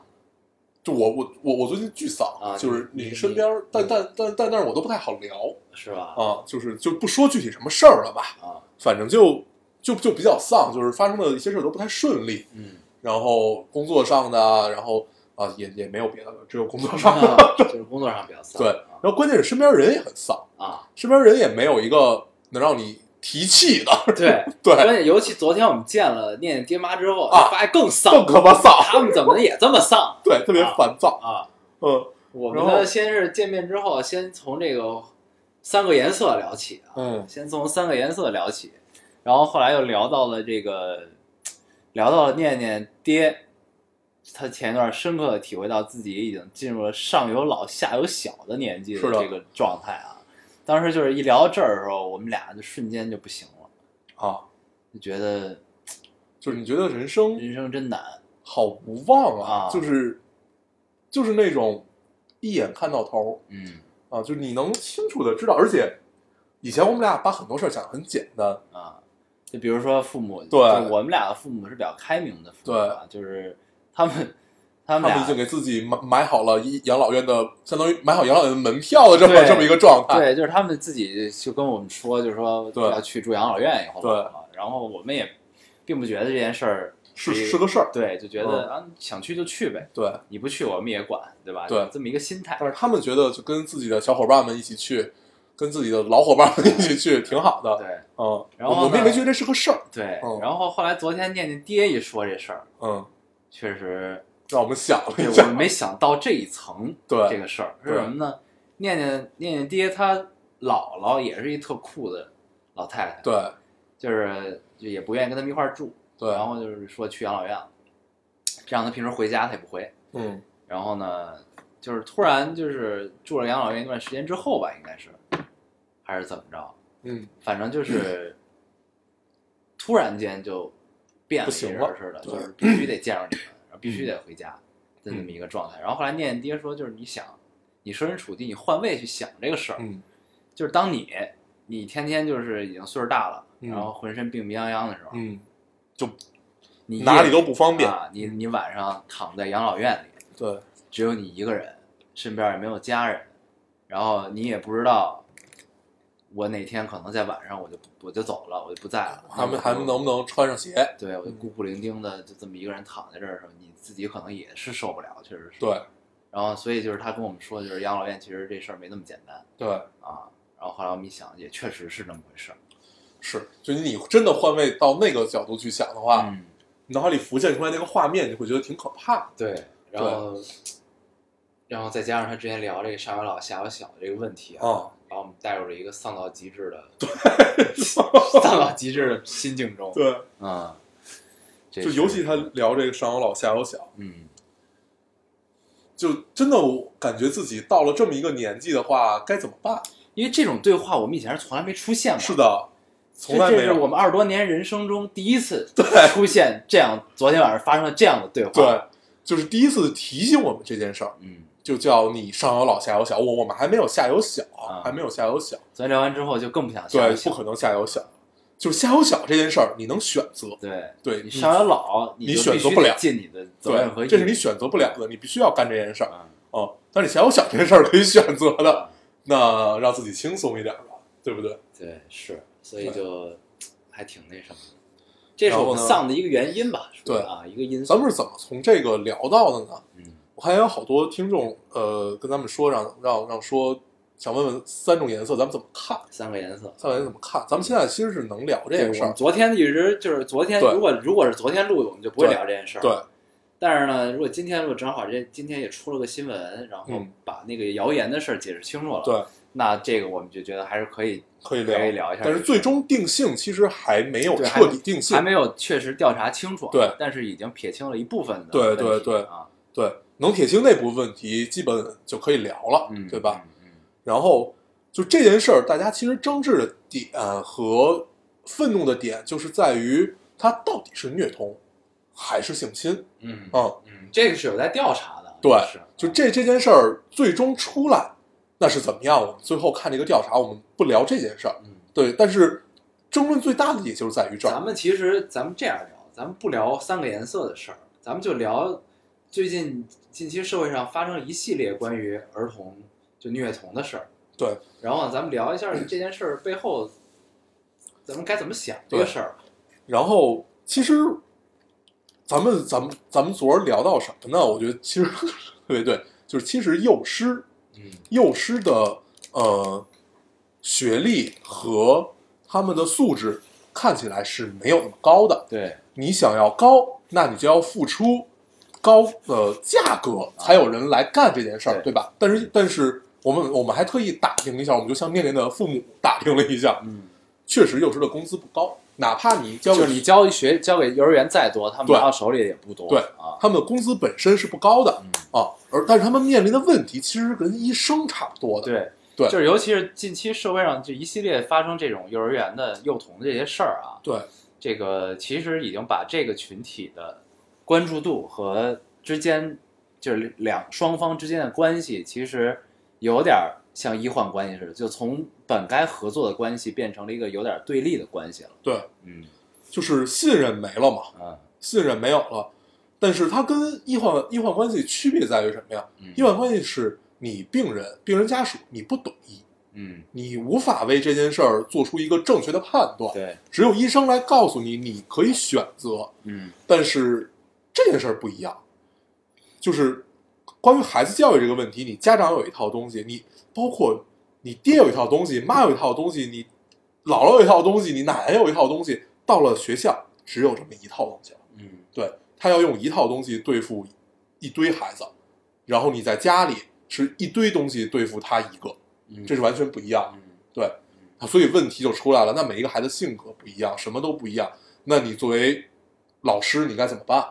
S4: 就我我我我最近巨丧，
S3: 啊
S4: 就是
S3: 你
S4: 你身边
S3: 你，
S4: 但但但但但是我都不太好聊
S3: 是吧？
S4: 啊，就是就不说具体什么事儿了吧，
S3: 啊，
S4: 反正就就就比较丧，就是发生的一些事儿都不太顺利，
S3: 嗯，
S4: 然后工作上的，然后啊也也没有别的了，只有工 作 上的。
S3: 那就是工作上比较丧。
S4: 对，然后关键是身边人也很丧，
S3: 啊，
S4: 身边人也没有一个能让你提气的，
S3: 对，关
S4: 对，
S3: 键尤其昨天我们见了念念爹妈之后，
S4: 啊
S3: 发现更丧，
S4: 更他妈丧，
S3: 他们怎么也这么丧
S4: 对，特别烦躁，
S3: 啊？
S4: 嗯
S3: 我们
S4: 然
S3: 呢，
S4: 后
S3: 先是见面之后，先从这个三个颜色聊起啊，
S4: 嗯
S3: 先从三个颜色聊起，然后后来又聊到了这个，聊到了念念爹。他前一段深刻的体会到自己已经进入了上有老下有小的年纪
S4: 是的
S3: 这个状态啊，当时就是一聊这儿的时候，我们俩就瞬间就不行了，
S4: 啊，
S3: 就觉得
S4: 就是你觉得人生
S3: 人生真难，
S4: 好无望啊，
S3: 啊
S4: 就是就是那种一眼看到头，
S3: 嗯
S4: 啊，就是你能清楚的知道，而且以前我们俩把很多事儿想得很简单，
S3: 啊，就比如说父母，
S4: 对
S3: 就我们俩的父母是比较开明的父母啊，就是他们他
S4: 他
S3: 们
S4: 们
S3: 俩
S4: 已经给自己买买好了一养老院的，相当于买好养老院的门票的这么
S3: 对
S4: 这么一个状态。
S3: 对，就是他们自己就跟我们说，就是说
S4: 啊对
S3: 要去住养老院以后
S4: 对
S3: 啊，然后我们也并不觉得这件事儿
S4: 是
S3: 一
S4: 是个事儿
S3: 对，就觉
S4: 嗯
S3: 得啊想去就去呗，
S4: 对，
S3: 你不去我们也管，对吧？
S4: 对
S3: 有这么一个心态
S4: 但，是他们觉得就跟自己的小伙伴们一起去，跟自己的老伙伴们一起去，挺好的。
S3: 对
S4: 嗯，
S3: 然后
S4: 我们也
S3: 呢
S4: 没觉得这是个事儿。
S3: 对。
S4: 嗯
S3: 然后后来昨天念念爹一说这事儿，
S4: 嗯，
S3: 确 实
S4: 让我们想了
S3: 对，
S4: 一
S3: 我们
S4: 下，
S3: 没想到这一层
S4: 对
S3: 这个事儿是
S4: 对
S3: 什么呢？念念念念爹他姥姥也是一特酷的老太太，，
S4: 对
S3: 就是就也不愿意跟他们一块儿住，
S4: 对，
S3: 然后就是说去养老院了，让他平时回家他也不回，
S4: 嗯
S3: 然后呢，就是突然就是住了养老院一段时间之后吧，应该是还是怎么着，
S4: 嗯，
S3: 反正就是 突然间就变了
S4: 不
S3: 一个
S4: 行
S3: 人
S4: 了
S3: 似的，
S4: 对
S3: 就是必须得见着你们，然后必须得回家的那么一个状态。然后后来念念爹说，就是你想，你设身处地，你换位去想这个事儿，
S4: 嗯
S3: 就是当你你天天就是已经岁数大了，
S4: 嗯
S3: 然后浑身病病殃殃的时候，
S4: 嗯，
S3: 你
S4: 哪里都
S3: 不
S4: 不方便。
S3: 啊，你你晚上躺在养老院里，
S4: 对
S3: 只有你一个人，身边也没有家人，然后你也不知道我哪天可能在晚上我就不我就走了，我就不在了。
S4: 还没还能不能穿上鞋？
S3: 对，我就孤苦伶仃的就这么一个人躺在这儿的时候，你自己可能也是受不了，确实是。
S4: 对
S3: 然后所以就是他跟我们说，就是养老院其实这事儿没那么简单
S4: 对，
S3: 啊。然后后来我们一想，也确实是那么回事儿。
S4: 是，就你真的换位到那个角度去想的话，
S3: 嗯，
S4: 脑海里浮现出来那个画面，你会觉得挺可怕的。
S3: 对，然后然后再加上他之前聊这个上有老下有小的这个问题啊，
S4: 啊，
S3: 把我们带入了一个丧到极致的丧到极致的心境中。
S4: 对，
S3: 啊，这
S4: 就是尤其他聊这个上有老下有小，
S3: 嗯，
S4: 就真的我感觉自己到了这么一个年纪的话，该怎么办？
S3: 因为这种对话我们以前是从来没出现过，
S4: 是，的，从来
S3: 这
S4: 没
S3: 是我
S4: 有。
S3: 们二十多年人生中第一次出现这样，昨天晚上发生了这样的对话。
S4: 对，就是第一次提醒我们这件事儿，
S3: 嗯，
S4: 就叫你上有老下有小。我我们还没有下有小，
S3: 啊
S4: 还没有下有小，
S3: 昨天聊完之后就更不想下
S4: 对，
S3: 一
S4: 不
S3: 想
S4: 可能下有小。就是下有小这件事儿，你能选择，
S3: 对，
S4: 对
S3: 你上有老，
S4: 你
S3: 就
S4: 选
S3: 必
S4: 择
S3: 须
S4: 不
S3: 得
S4: 了
S3: 尽你的责任和
S4: 对，
S3: 义务。
S4: 这是你选择不了的，你必须要干这件事儿。
S3: 啊，
S4: 哦，但是你想有想这事儿可以选择的
S3: 啊，
S4: 那让自己轻松一点吧，对不对？
S3: 对，是，所以
S4: 对
S3: 就还挺那什么的。这是我
S4: 然
S3: 们
S4: 后呢
S3: 丧的一个原因吧？是吧
S4: 对
S3: 啊，一个因素。
S4: 咱们是怎么从这个聊到的呢？
S3: 嗯
S4: 我看有好多听众，呃，跟咱们说让让让说，想问问三种颜色咱们怎么看，
S3: 三个颜色，
S4: 三种颜色怎么看？咱们现在其实是能聊这
S3: 对，
S4: 个事
S3: 我们
S4: 儿，
S3: 昨天一直就是昨天，
S4: 对
S3: 如果如果是昨天录的，我们就不会聊这件事儿。
S4: 对，
S3: 但是呢，如果今天录，正好这今天也出了个新闻，然后
S4: 嗯
S3: 把那个谣言的事儿解释清楚了。
S4: 对，
S3: 那这个我们就觉得还是可以，
S4: 可以
S3: 可以聊一下
S4: 但是最终定性其实还没有
S3: 对
S4: 彻底定性
S3: 还，没有确实调查清楚啊，
S4: 对
S3: 但是已经撇清了一部分的
S4: 对
S3: 问题
S4: 对对
S3: 啊，
S4: 对，能撇清那部分问题，基本就可以聊了，
S3: 嗯，
S4: 对吧？
S3: 嗯？嗯
S4: 然后就这件事儿，大家其实争执的点和愤怒的点，就是在于它到底是虐童还是性侵
S3: 嗯
S4: 啊、
S3: 嗯，这个是有待调查的，
S4: 对
S3: 是，
S4: 就这这件事儿最终出来，那是怎么样？我们最后看这个调查，我们不聊这件事儿。
S3: 嗯，
S4: 对，但是争论最大的也就是在于这
S3: 咱
S4: 儿。
S3: 们其实咱们这样聊，咱们不聊三个颜色的事儿，咱们就聊最近近期社会上发生一系列关于儿童就虐童的事儿，
S4: 对，
S3: 然后咱们聊一下这件事儿背后，咱们该怎么想这
S4: 对
S3: 个事儿吧。
S4: 然后其实咱们咱们咱们昨儿聊到什么呢？我觉得其实特别对，就是其实幼师
S3: 嗯
S4: 幼师的呃学历和他们的素质看起来是没有那么高的。
S3: 对，
S4: 你想要高，那你就要付出高的价格，才有人来干这件事儿，
S3: 对
S4: 对吧？但是但是我们我们还特意打听了一下，我们就向念念的父母打听了一下，
S3: 嗯，
S4: 确实幼师的工资不高，哪怕你交
S3: 就
S4: 给
S3: 是你交学交给幼儿园再多，他们
S4: 对
S3: 拿到手里也不多，
S4: 对
S3: 啊，
S4: 他们的工资本身是不高的
S3: 嗯，
S4: 啊，而但是他们面临的问题其实跟医生差不多的，
S3: 对
S4: 对
S3: 就是尤其是近期社会上这一系列发生这种幼儿园的幼童的这些事儿啊，
S4: 对
S3: 这个其实已经把这个群体的关注度和之间就是两双方之间的关系，其实有点儿像医患关系似的，就从本该合作的关系变成了一个有点儿对立的关系了。
S4: 对，
S3: 嗯
S4: 就是信任没了嘛，
S3: 啊，
S4: 信任没有了。但是它跟医患医患关系区别在于什么呀？
S3: 嗯
S4: 医患关系是你病人、病人家属，你不懂医，
S3: 嗯，
S4: 你无法为这件事儿做出一个正确的判断，
S3: 对，
S4: 只有医生来告诉你，你可以选择。
S3: 嗯
S4: 但是这件事儿不一样，就是关于孩子教育这个问题，你家长有一套东西，你包括你爹有一套东西，妈有一套东西，你姥姥有一套东西，你奶奶有一套东西，到了学校只有这么一套东西了。
S3: 嗯
S4: 对他要用一套东西对付一堆孩子，然后你在家里是一堆东西对付他一个，
S3: 嗯，
S4: 这是完全不一样。
S3: 嗯
S4: 对，所以问题就出来了。那每一个孩子性格不一样，什么都不一样，那你作为老师，你该怎么办？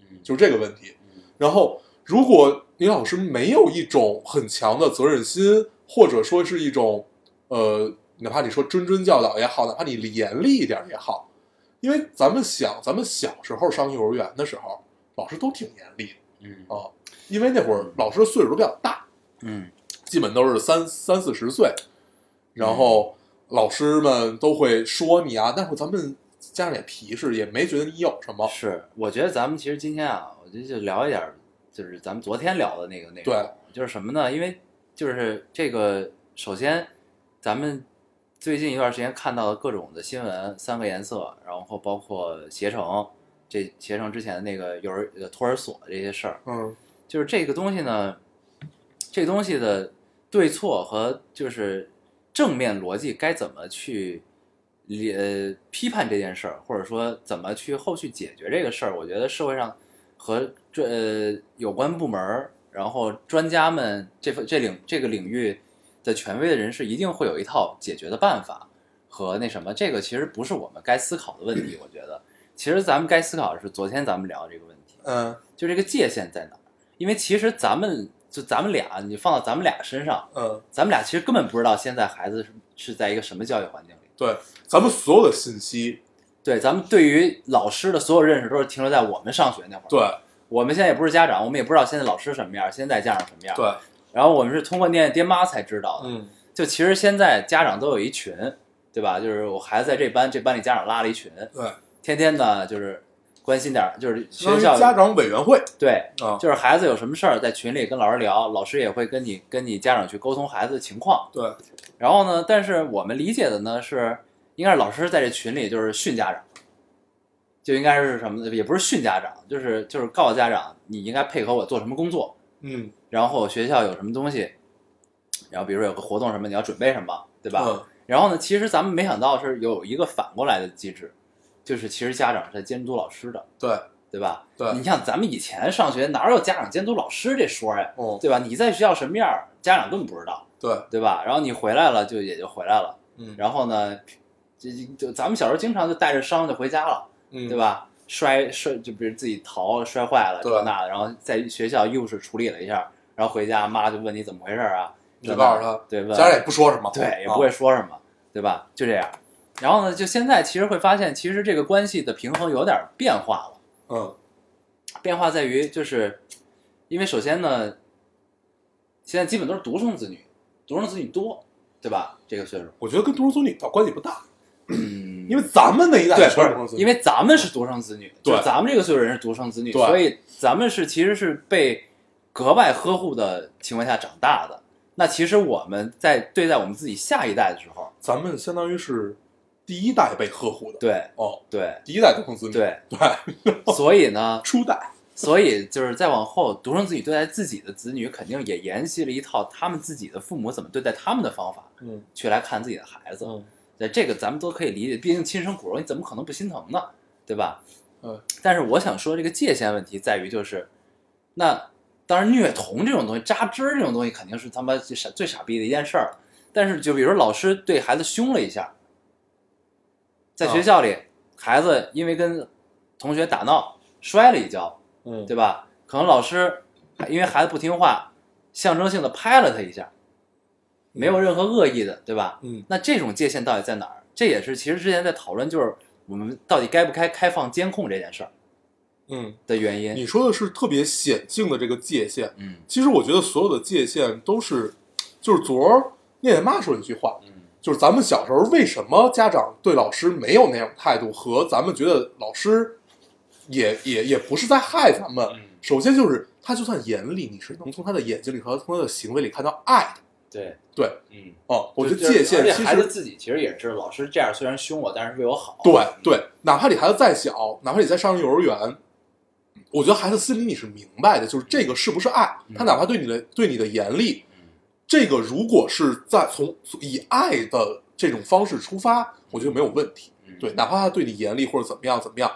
S3: 嗯
S4: 就是这个问题
S3: 嗯。
S4: 然后，如果你老师没有一种很强的责任心，或者说是一种呃，哪怕你说谆谆教导也好，哪怕你严厉一点也好，因为咱们想，咱们小时候上幼儿园的时候，老师都挺严厉
S3: 嗯
S4: 的啊，因为那会儿老师的岁数都比较大，
S3: 嗯
S4: 基本都是三三四十岁，然后老师们都会说你啊，但是咱们家长也皮实，也没觉得你有什么，
S3: 是，我觉得咱们其实今天啊，我觉得就聊一点儿，就是咱们昨天聊的那个内容，
S4: 对
S3: 就是什么呢？因为就是这个，首先咱们最近一段时间看到的各种的新闻，三个颜色，然后包括携程，这携程之前的那个幼儿呃托儿所这些事儿，
S4: 嗯
S3: 就是这个东西呢，这东西的对错和就是正面逻辑该怎么去理呃批判这件事儿，或者说怎么去后续解决这个事儿，我觉得社会上和这呃有关部门儿，然后专家们这份这领这个领域的权威的人士一定会有一套解决的办法和那什么，这个其实不是我们该思考的问题，我觉得。其实咱们该思考的是，昨天咱们聊的这个问题，
S4: 嗯
S3: 就这个界限在哪儿？因为其实咱们就咱们俩，你放到咱们俩身上，
S4: 嗯，
S3: 咱们俩其实根本不知道现在孩子是是在一个什么教育环境里。
S4: 对，咱们所有的信息，
S3: 对，咱们对于老师的所有认识都是停留在我们上学那会儿。
S4: 对，
S3: 我们现在也不是家长，我们也不知道现在老师什么样，现在家长什么样。，
S4: 对，
S3: 然后我们是通过念爹妈才知道的。
S4: 嗯
S3: 就其实现在家长都有一群，对吧？就是我孩子在这班，这班里家长拉了一群，
S4: 对，
S3: 天天呢就是关心点儿，就是
S4: 相当
S3: 学
S4: 于
S3: 校
S4: 家长委员会
S3: 对
S4: 啊，
S3: 就是孩子有什么事儿，在群里跟老师聊，老师也会跟你跟你家长去沟通孩子的情况。
S4: 对，
S3: 然后呢，但是我们理解的呢是，应该是老师在这群里就是训家长，就应该是什么呢？也不是训家长，就是就是告诉家长你应该配合我做什么工作，
S4: 嗯，
S3: 然后学校有什么东西，然后比如说有个活动什么，你要准备什么，对吧？
S4: 嗯
S3: 然后呢，其实咱们没想到是有一个反过来的机制，就是其实家长是在监督老师的。
S4: 对，
S3: 对吧？
S4: 对
S3: 你像咱们以前上学哪有家长监督老师这说呀，
S4: 哦，
S3: 对吧？你在学校什么样儿，家长根本不知道，
S4: 对，
S3: 对吧？然后你回来了就也就回来了，
S4: 嗯，
S3: 然后呢，这就咱们小时候经常就带着伤就回家了，
S4: 嗯，
S3: 对？吧？摔摔就比如自己逃摔坏了
S4: 对
S3: 这那的，然后在学校医务室处理了一下，然后回家妈就问你怎么回事儿啊？
S4: 你就告诉他，
S3: 对，问
S4: 家长也不说什么，
S3: 对，也
S4: 啊
S3: 不会，说什么，对吧？就这样。然后呢，就现在其实会发现，其实这个关系的平衡有点变化了。
S4: 嗯
S3: 变化在于，就是因为首先呢，现在基本都是独生子女，独生子女多，对吧？这个岁数，
S4: 我觉得跟独生子女倒关系不大，
S3: 嗯
S4: 因为咱们那一代
S3: 对，
S4: 全是独生子
S3: 不是，因
S4: 女，
S3: 为咱们是独生子女，
S4: 对
S3: 就咱们这个岁数人是独生子女，
S4: 对
S3: 所以咱们是其实是被格外呵护的情况下长大的。那其实我们在对待我们自己下一代的时候，
S4: 咱们相当于是第一代被呵护的，
S3: 对
S4: 哦，
S3: 对
S4: 第一代独生子女，
S3: 对，
S4: 对，
S3: 所以呢，
S4: 初代，
S3: 所以就是再往后，独生子女对待自己的子女，肯定也沿袭了一套他们自己的父母怎么对待他们的方法，
S4: 嗯
S3: 去来看自己的孩子。
S4: 嗯
S3: 对这个咱们都可以理解，毕竟亲生骨肉，你怎么可能不心疼呢？对吧？
S4: 嗯。
S3: 但是我想说，这个界限问题在于，就是那当然虐童这种东西、扎针儿这种东西，肯定是他妈最傻最傻逼的一件事儿了。但是就比如说老师对孩子凶了一下，在学
S4: 啊
S3: 校里，孩子因为跟同学打闹摔了一跤，
S4: 嗯，
S3: 对吧？可能老师因为孩子不听话，象征性的拍了他一下，没有任何恶意的，对吧？
S4: 嗯
S3: 那这种界限到底在哪儿？这也是其实之前在讨论，就是我们到底该不该开放监控这件事儿
S4: 嗯，
S3: 的原因。
S4: 你说的是特别显性的这个界限，
S3: 嗯
S4: 其实我觉得所有的界限都是，就是昨儿聂姐妈说一句话，
S3: 嗯
S4: 就是咱们小时候为什么家长对老师没有那种态度，和咱们觉得老师也也也不是在害咱们。
S3: 嗯
S4: 首先就是他就算严厉，你是能从他的眼睛里和从他的行为里看到爱的。
S3: 对，
S4: 对，
S3: 嗯，
S4: 哦，我觉得界限
S3: 而且
S4: 其
S3: 孩子
S4: 实
S3: 自己其实也知道，老师这样虽然凶我，但是为我好。
S4: 对对，哪怕你孩子再小，哪怕你在上幼儿园，我觉得孩子心里你是明白的，就是这个是不是爱，
S3: 嗯
S4: 他哪怕对你的对你的严厉，这个如果是在从以爱的这种方式出发，我觉得没有问题。
S3: 嗯
S4: 对，哪怕他对你严厉或者怎么样怎么样，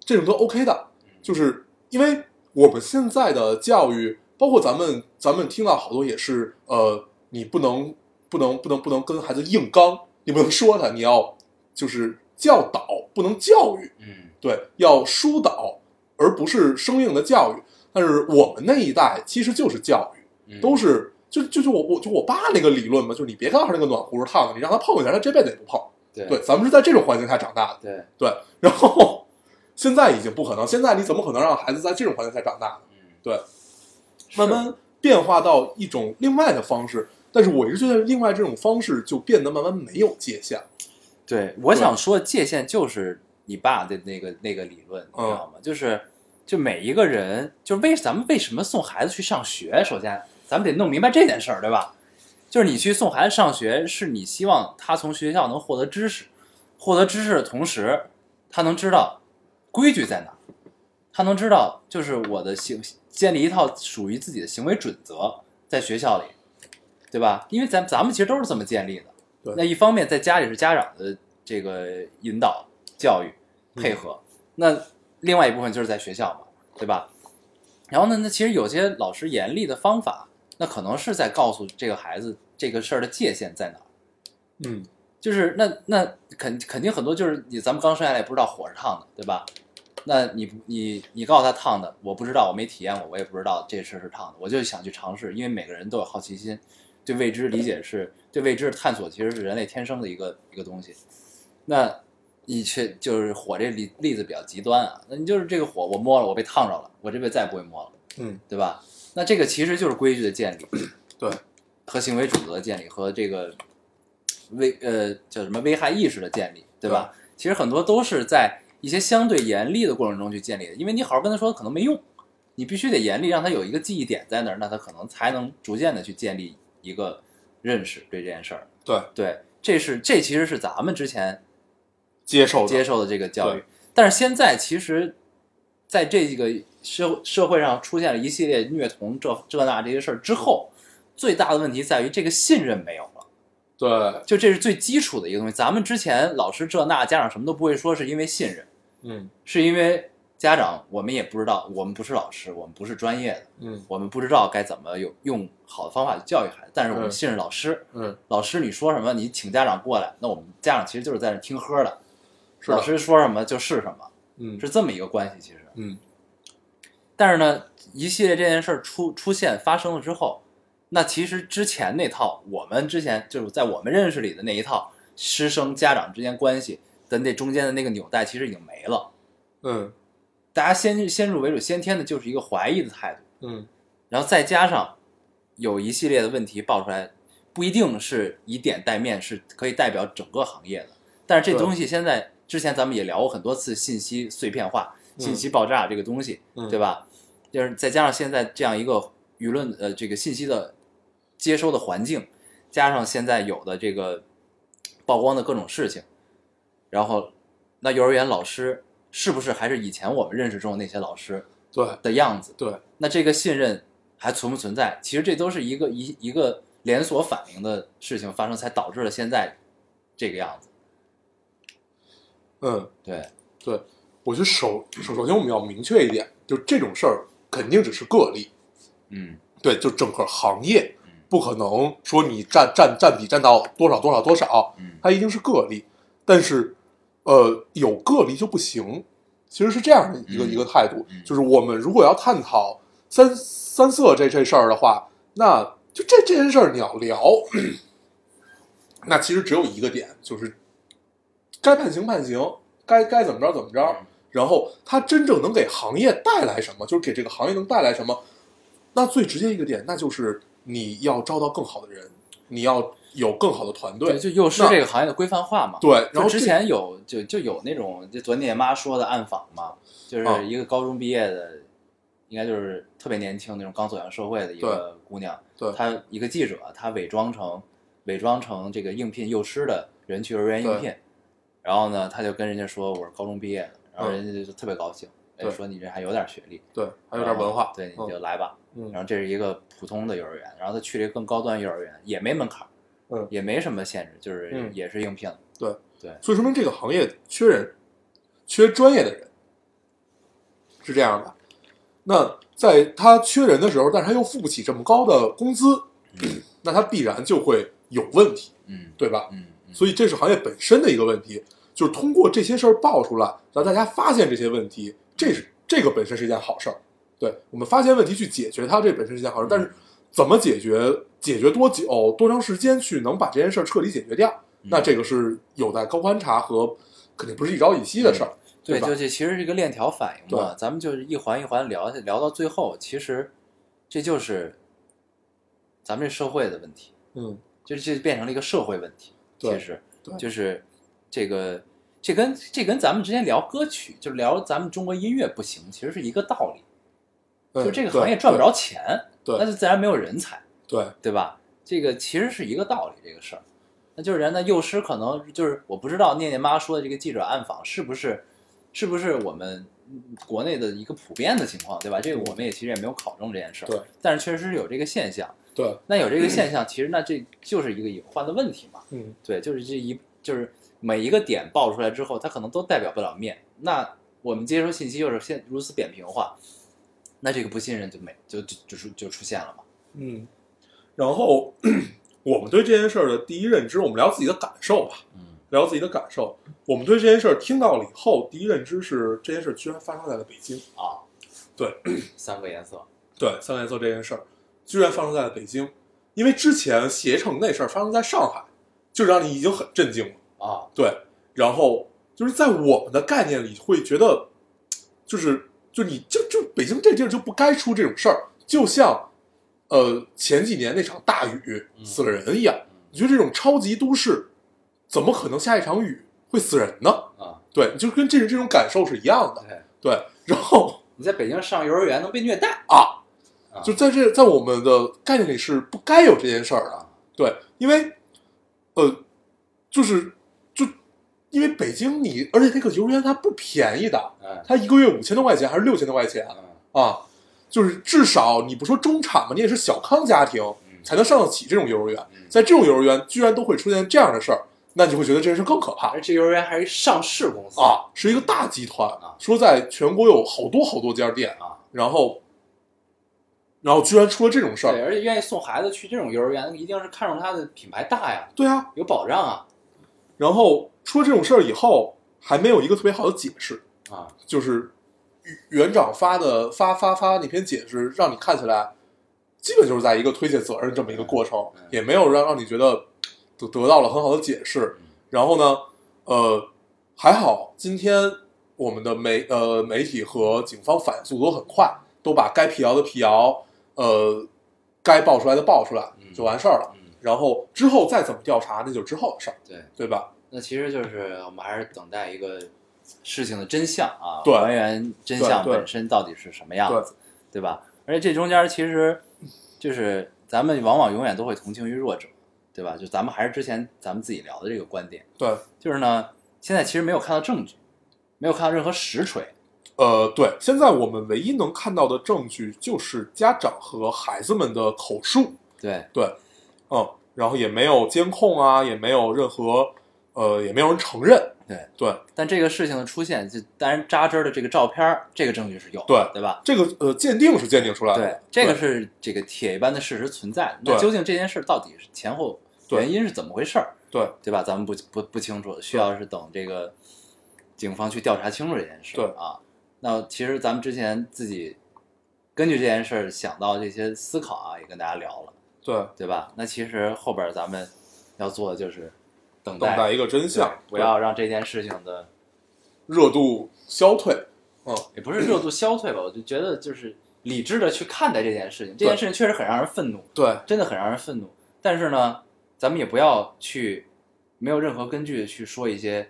S4: 这种都 OK 的。就是因为我们现在的教育，包括咱们咱们听到好多也是，呃，你不能不能不能不能跟孩子硬刚，你不能说他，你要就是教导，不能教育。
S3: 嗯，
S4: 对，要疏导，而不是生硬的教育。但是我们那一代其实就是教
S3: 嗯
S4: 育，都是就就就我我就我爸那个理论嘛，就是你别告诉他那个暖壶是烫的，你让他碰一下，他这辈子也不碰。
S3: 对
S4: 对，咱们是在这种环境下长大的。
S3: 对，
S4: 对，然后现在已经不可能，现在你怎么可能让孩子在这种环境下长大呢？
S3: 嗯
S4: 对，慢慢变化到一种另外的方式。但是我一直觉得，另外这种方式就变得慢慢没有界限了。
S3: 对，我想说界限就是你爸的那个那个理论，你知道吗？就是就每一个人，就为咱们为什么送孩子去上学？首先，咱们得弄明白这件事儿，对吧？就是你去送孩子上学，是你希望他从学校能获得知识，获得知识的同时，他能知道规矩在哪儿，他能知道就是我的行，建立一套属于自己的行为准则，在学校里，对吧？因为咱咱们其实都是这么建立的。
S4: 对
S3: 那一方面在家里是家长的这个引导、教育、
S4: 嗯
S3: 配合，那另外一部分就是在学校嘛，对吧？然后呢，那其实有些老师严厉的方法，那可能是在告诉这个孩子这个事儿的界限在哪儿。
S4: 嗯，
S3: 就是那那肯肯定很多就是你咱们刚生下来也不知道火是烫的，对吧？那你你你告诉他烫的，我不知道，我没体验过，我也不知道这事儿是烫的，我就想去尝试，因为每个人都有好奇心，对未知理解是对未知的探索，其实是人类天生的一个一个东西。那你却就是火这例例子比较极端啊，那你就是这个火我摸了，我被烫着了，我这辈子再也不会摸了，
S4: 嗯，
S3: 对吧？那这个其实就是规矩的建立，
S4: 对，
S3: 和行为准则的建立和这个危呃叫什么危害意识的建立，对吧？其实很多都是在一些相对严厉的过程中去建立的，因为你好好跟他说可能没用，你必须得严厉，让他有一个记忆点在那儿，那他可能才能逐渐的去建立一个认识对这件事儿。
S4: 对，
S3: 对，这是这其实是咱们之前
S4: 接受的
S3: 接受的这个教育
S4: 对。
S3: 但是现在其实，在这个社社会上出现了一系列虐童这这那这些事儿之后，最大的问题在于这个信任没有了。
S4: 对，
S3: 就这是最基础的一个东西。咱们之前老师这那家长什么都不会说，是因为信任，
S4: 嗯
S3: 是因为家长我们也不知道，我们不是老师，我们不是专业的，
S4: 嗯
S3: 我们不知道该怎么有用好的方法去教育孩子。但是我们
S4: 嗯
S3: 信任老师，
S4: 嗯，
S3: 老师你说什么，你请家长过来，那我们家长其实就是在那听喝的，
S4: 是的
S3: 老师说什么就是什么，
S4: 嗯
S3: 是这么一个关系其实。
S4: 嗯，
S3: 但是呢，一系列这件事儿出出现发生了之后，那其实之前那套我们之前就是在我们认识里的那一套师生家长之间关系的那中间的那个纽带其实已经没了。
S4: 嗯
S3: 大家先先入为主，先天的就是一个怀疑的态度，
S4: 嗯
S3: 然后再加上有一系列的问题爆出来，不一定是以点带面，是可以代表整个行业的。但是这
S4: 对
S3: 东西现在之前咱们也聊过很多次，信息碎片化、
S4: 嗯
S3: 信息爆炸这个东西，
S4: 嗯
S3: 对吧？就是再加上现在这样一个舆论呃这个信息的接收的环境，加上现在有的这个曝光的各种事情，然后那幼儿园老师是不是还是以前我们认识中的那些老师
S4: 对
S3: 的样子？
S4: 对，
S3: 那这个信任还存不存在？其实这都是一个一一个连锁反应的事情发生，才导致了现在这个样子。
S4: 嗯。
S3: 对，
S4: 对，我觉得首首首先我们要明确一点，就这种事儿肯定只是个例，
S3: 嗯，
S4: 对，就整个行业不可能说你占占占比占到多少多少多少
S3: 嗯，
S4: 它一定是个例。但是，呃，有个例就不行，其实是这样的一个、
S3: 嗯
S4: 一个态度
S3: 嗯，
S4: 就是我们如果要探讨三三色这这事儿的话，那就这这件事儿你要聊， 那其实只有一个点，就是该判刑判刑，该该怎么着怎么着。然后它真正能给行业带来什么，就是给这个行业能带来什么。那最直接一个点，那就是你要招到更好的人，你要有更好的团队。
S3: 就幼师
S4: 那
S3: 这个行业的规范化嘛。，
S4: 对，然后
S3: 之
S4: 这
S3: 前有就就有那种就昨天你妈说的暗访嘛，就是
S4: 嗯
S3: 一个高中毕业的，应该就是特别年轻那种刚走向社会的一个姑娘，
S4: 对
S3: 她一个记者，她伪装成伪装成这个应聘幼师的人去幼儿园应聘，然后呢，她就跟人家说我是高中毕业的，然后
S4: 嗯
S3: 人家就特别高兴，人家
S4: 对
S3: 说你这还有点学历，
S4: 对，还有点文化，
S3: 呃对，你
S4: 嗯
S3: 就来吧。然
S4: 嗯
S3: 后这是一个普通的幼儿园，然后他去了一个更高端幼儿园，也没门槛儿，
S4: 嗯
S3: 也没什么限制，就是
S4: 嗯
S3: 也是应聘的。
S4: 对，
S3: 对，
S4: 所以说明这个行业缺人，缺专业的人，是这样的。那在他缺人的时候，但是他又付不起这么高的工资，那他必然就会有问题，
S3: 嗯
S4: 对吧？
S3: 嗯嗯
S4: 所以这是行业本身的一个问题，就是通过这些事儿爆出来，让大家发现这些问题，这是这个本身是一件好事儿。对我们发现问题去解决它，这本身是一件好事儿。但是怎么解决，解决多久、多长时间去能把这件事儿彻底解决掉，
S3: 嗯
S4: 那这个是有待高观察和肯定不是一朝一夕的事儿。
S3: 嗯对，
S4: 对吧
S3: 就这其实是一个链条反应嘛，
S4: 对
S3: 咱们就是一环一环聊下，聊到最后，其实这就是咱们这社会的问题，
S4: 嗯，
S3: 就是这变成了一个社会问题。
S4: 对
S3: 其实
S4: 对
S3: 就是这个，这跟这跟咱们之前聊歌曲，就聊咱们中国音乐不行，其实是一个道理。
S4: 嗯
S3: 就这个
S4: 对
S3: 行业赚不着钱，
S4: 对
S3: 那就自然没有人才，
S4: 对
S3: 对吧？这个其实是一个道理，这个事儿，那就是人的幼师可能就是我不知道念念妈说的这个记者暗访是不是是不是我们嗯国内的一个普遍的情况，对吧？这个我们也其实也没有考证这件事儿，
S4: 对，
S3: 但是确实是有这个现象。
S4: 对，
S3: 那有这个现象，其实那这就是一个隐患的问题嘛。
S4: 嗯，
S3: 对，就是这一就是每一个点爆出来之后，它可能都代表不了面。那我们接收信息又是现如此扁平化，那这个不信任就没就就就出就出现了嘛。
S4: 嗯，然后 我们对这件事儿的第一认知，我们聊自己的感受吧，
S3: 嗯，
S4: 聊自己的感受。我们对这件事儿听到了以后，第一认知是这件事儿居然发生在了北京。
S3: 啊，
S4: 对，
S3: 三个颜色，
S4: 对，三连做这件事儿，居然发生在了北京，因为之前携程那事儿发生在上海，就让你已经很震惊了。
S3: 啊，
S4: 对，然后就是在我们的概念里会觉得，就是就你就就北京这地儿就不该出这种事儿，就像呃前几年那场大雨死了人一样，你觉得这种超级都市怎么可能下一场雨会死人呢？
S3: 啊，
S4: 对，你就跟这这种感受是一样的。
S3: 对，
S4: 对，然后
S3: 你在北京上幼儿园能被虐待
S4: 啊
S3: 啊，
S4: 就在这在我们的概念里是不该有这件事儿的。
S3: 啊，
S4: 对，因为呃，就是就因为北京你，而且这个游儿园它不便宜的，
S3: 嗯
S4: 它一个月五千多块钱还是六千多块钱
S3: 嗯
S4: 啊？就是至少你不说中产吧，你也是小康家庭
S3: 嗯
S4: 才能上得起这种幼儿园。在这种幼儿园居然都会出现这样的事儿，那你就会觉得这件事更可怕
S3: 而这幼儿园还是上市公司，
S4: 啊！是一个大集团
S3: 啊，
S4: 说在全国有好多好多家店
S3: 啊，
S4: 然后然后居然出了这种事
S3: 对，
S4: 儿，
S3: 而且愿意送孩子去这种幼儿园，一定是看中它的品牌大呀，
S4: 对啊，
S3: 有保障啊，
S4: 然后出了这种事儿以后，还没有一个特别好的解释，
S3: 啊，
S4: 就是园长发的发发发那篇解释，让你看起来基本就是在一个推卸责任这么一个过程
S3: 嗯嗯，
S4: 也没有让让你觉得得得到了很好的解释。
S3: 嗯
S4: 然后呢，呃，还好今天我们的媒呃媒体和警方反应速度都很快，都把该辟谣的辟谣，呃，该爆出来的爆出来
S3: 嗯
S4: 就完事儿了。
S3: 嗯，
S4: 然后之后再怎么调查，那就是之后的事儿，
S3: 对。
S4: 对吧？
S3: 那其实就是我们还是等待一个事情的真相啊，
S4: 对
S3: 还原真相
S4: 对对
S3: 本身到底是什么样子，对吧？而且这中间其实就是咱们往往永远都会同情于弱者，对吧？就咱们还是之前咱们自己聊的这个观点，
S4: 对，
S3: 就是呢，现在其实没有看到证据，没有看到任何实锤，
S4: 呃，对，现在我们唯一能看到的证据就是家长和孩子们的口述，
S3: 对，
S4: 对，嗯，然后也没有监控啊，也没有任何，呃，也没有人承认，
S3: 对
S4: 对，
S3: 但这个事情的出现，就当然扎针儿的这个照片儿，这个证据是有的，
S4: 对
S3: 对吧？
S4: 这个呃鉴定是鉴定出来
S3: 对
S4: 的，，
S3: 这个是这个铁一般的事实存在的。那
S4: 对
S3: 究竟这件事到底是前后
S4: 对
S3: 原因是怎么回事儿？
S4: 对
S3: 对吧？咱们不不不清楚，需要是等这个警方去调查清楚这件事。
S4: 对
S3: 啊，那其实咱们之前自己根据这件事儿想到这些思考啊，也跟大家聊了，
S4: 对，
S3: 对吧？那其实后边咱们要做的就是等
S4: 等待一个真
S3: 对
S4: 相，
S3: 不要让这件事情的
S4: 热度消退，嗯，
S3: 也不是热度消退吧，我就觉得就是理智的去看待这件事情。这件
S4: 对
S3: 事情确实很让人愤怒，
S4: 对，
S3: 真的很让人愤怒。但是呢，咱们也不要去没有任何根据地去说一些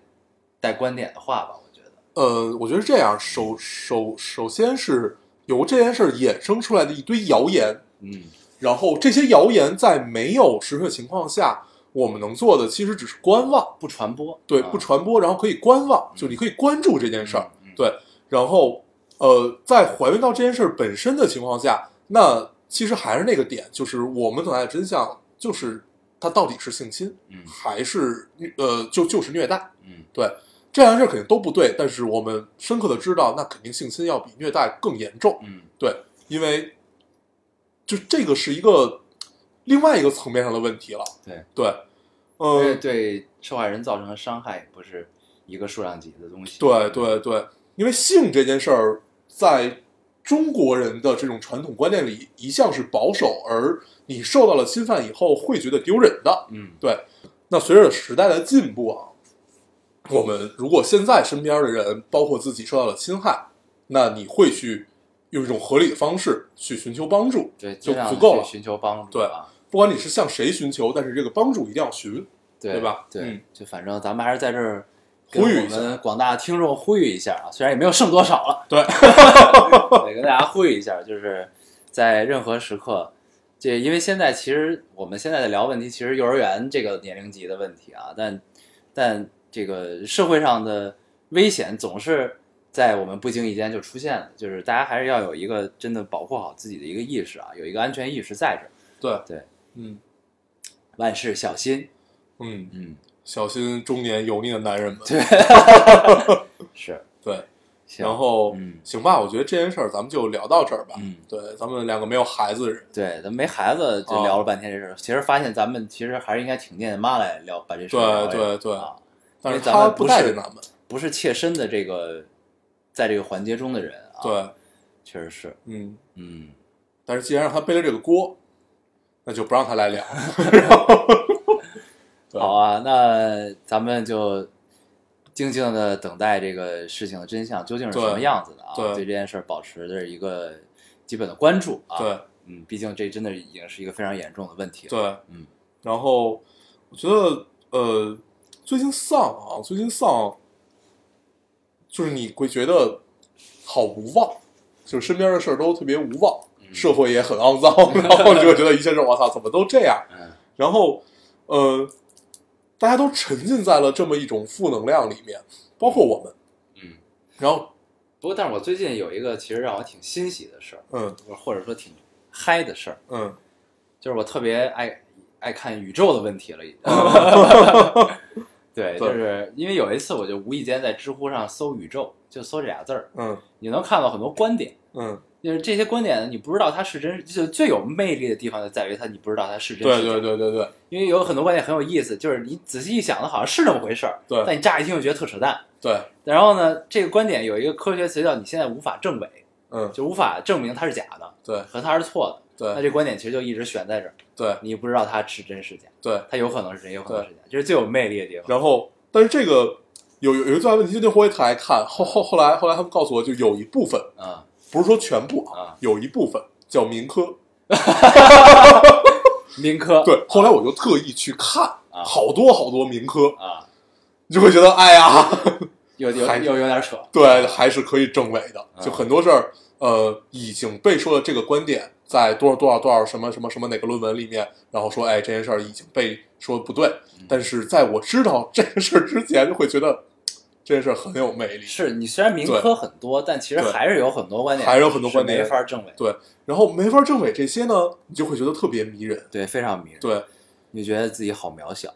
S3: 带观点的话吧，我觉得。
S4: 呃，我觉得是这样，首首首先是由这件事儿衍生出来的一堆谣言，
S3: 嗯，
S4: 然后这些谣言在没有实锤的情况下，我们能做的其实只是观望。
S3: 不传播，
S4: 对，
S3: 啊
S4: 不传播，然后可以观望，就你可以关注这件事儿，
S3: 嗯嗯
S4: 对，然后呃，在还原到这件事儿本身的情况下，那其实还是那个点，就是我们等待的真相就是它到底是性侵，
S3: 嗯
S4: 还是呃就就是虐待，
S3: 嗯，
S4: 对，这两件事儿肯定都不对，但是我们深刻的知道，那肯定性侵要比虐待更严重，
S3: 嗯，
S4: 对，因为就这个是一个另外一个层面上的问题了，
S3: 对
S4: 对，嗯、
S3: 对对，受害人造成的伤害也不是一个数量级的东西。
S4: 对对对，因为性这件事儿，在中国人的这种传统观念里，一向是保守，而你受到了侵犯以后，会觉得丢人的。
S3: 嗯，
S4: 对，那随着时代的进步啊，我们如果现在身边的人，包括自己受到了侵害，那你会去用一种合理的方式去寻求帮助，
S3: 对，
S4: 就
S3: 尽量
S4: 足够
S3: 去
S4: 了
S3: 寻求帮助，
S4: 对
S3: 啊，
S4: 不管你是向谁寻求，但是这个帮助一定要寻。
S3: 对
S4: 对吧
S3: 对，
S4: 嗯
S3: 就反正咱们还是在这儿
S4: 呼吁
S3: 跟
S4: 一
S3: 我
S4: 下
S3: 们广大听众呼吁一下啊，虽然也没有剩多少 了，
S4: 对
S3: 对，跟大家呼吁一下，就是在任何时刻，这因为现在其实我们现在在聊问题，其实幼儿园这个年龄级的问题啊，但但这个社会上的危险总是在我们不经意间就出现了，就是大家还是要有一个真的保护好自己的一个意识啊，有一个安全意识在这儿，
S4: 对
S3: 对，
S4: 嗯
S3: 万事小心，
S4: 嗯，
S3: 嗯，
S4: 小心中年油腻的男人们。对
S3: 是，
S4: 对，
S3: 行
S4: 然后
S3: 嗯
S4: 行吧，我觉得这件事儿咱们就聊到这儿吧。
S3: 嗯，
S4: 对，咱们两个没有孩子的人，
S3: 对，咱没孩子
S4: 啊
S3: 就聊了半天这事儿，其实发现咱们其实还是应该挺见妈来聊，把这事儿
S4: 对
S3: 聊一聊
S4: 对对
S3: 啊，
S4: 但是
S3: 因为咱
S4: 他
S3: 们不
S4: 带
S3: 是
S4: 着咱们。
S3: 不是切身的这个，在这个环节中的人啊，，
S4: 对，
S3: 确实是，
S4: 嗯，
S3: 嗯，
S4: 但是既然让他背了这个锅，那就不让他来聊。对
S3: 好啊，那咱们就静静的等待这个事情的真相究竟是什么
S4: 对
S3: 样子的啊，
S4: 对
S3: 这件事儿保持着一个基本的关注啊，
S4: 对，
S3: 嗯，毕竟这真的已经是一个非常严重的问题了，
S4: 对，
S3: 嗯，
S4: 然后我觉得呃，最近丧啊，最近丧，就是你会觉得好无望，就是身边的事儿都特别无望，
S3: 嗯
S4: 社会也很肮脏，然后你就会觉得一切事儿我操怎么都这样，
S3: 嗯
S4: 然后呃，大家都沉浸在了这么一种负能量里面，包括我们，
S3: 嗯，
S4: 然后
S3: 不过但是我最近有一个其实让我挺欣喜的事儿，
S4: 嗯
S3: 或者说挺嗨的事儿，
S4: 嗯
S3: 就是我特别爱爱看宇宙的问题了，已经。 对，
S4: 对
S3: 就是因为有一次我就无意间在知乎上搜宇宙，就搜这俩字儿，
S4: 嗯
S3: 你能看到很多观点，
S4: 嗯，
S3: 就是这些观点你不知道它是真是，就最有魅力的地方就在于它你不知道它是真
S4: 对
S3: 是假，
S4: 对对对对
S3: 因为有很多观点很有意思，就是你仔细一想的好像是那么回事儿，
S4: 对
S3: 但你乍一听就觉得特扯淡。
S4: 对，
S3: 然后呢，这个观点有一个科学词叫你现在无法证伪，
S4: 嗯
S3: 就无法证明它是假的
S4: 对
S3: 和它是错的。那
S4: 对
S3: 这观点其实就一直悬在这儿，
S4: 对
S3: 你不知道它是真是假，
S4: 对。
S3: 它有可能是真，也有可能是假，这是最有魅力的地方。
S4: 然后，但是这个有有有一段问题，那回我也特爱看。后后后来后来他们告诉我，就有一部分，
S3: 啊、
S4: 不是说全部
S3: 啊，
S4: 有一部分叫民科。
S3: 民科
S4: 对，后来我就特意去看，
S3: 啊
S4: 好多好多民科，
S3: 啊，
S4: 你就会觉得，哎呀，
S3: 有有
S4: 还
S3: 有有点扯，
S4: 对，还是可以证伪的。就
S3: 啊
S4: 很多事儿，呃，已经被说了这个观点，在多少多少多少什么什么什么哪个论文里面，然后说，哎，这件事儿已经被说不对。
S3: 嗯
S4: 但是在我知道这件事儿之前，就会觉得这件事儿很有魅力。
S3: 是你虽然民科
S4: 对
S3: 很多，但其实
S4: 对
S3: 还是有很多观点，
S4: 还是有很多观点
S3: 没法证伪，
S4: 对，然后没法证伪这些呢，你就会觉得特别迷人。
S3: 对，非常迷人，
S4: 对
S3: 你觉得自己好渺小。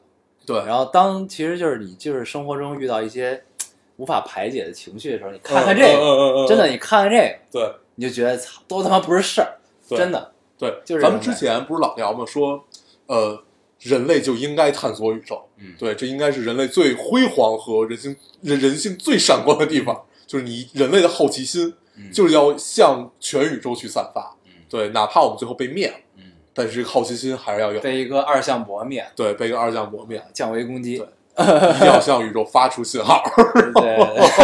S4: 对，
S3: 然后当其实就是你就是生活中遇到一些嘖无法排解的情绪的时候，你看看这个，
S4: 嗯嗯嗯嗯嗯
S3: 真的，你看看这个，
S4: 对
S3: 你就觉得操，都他妈不是事儿，
S4: 对
S3: 真的，
S4: 对，
S3: 就是
S4: 咱们之前不是老聊吗？说呃，人类就应该探索宇宙，
S3: 嗯
S4: 对，这应该是人类最辉煌和人性人人性最闪光的地方，就是你人类的好奇心
S3: 嗯
S4: 就是要向全宇宙去散发，
S3: 嗯
S4: 对，哪怕我们最后被灭了，
S3: 嗯，
S4: 但是这个好奇心还是要有，
S3: 被一个二向箔面，
S4: 对，被一个二将磨灭，
S3: 降维攻击
S4: 对，一定要向宇宙发出信号，
S3: 对对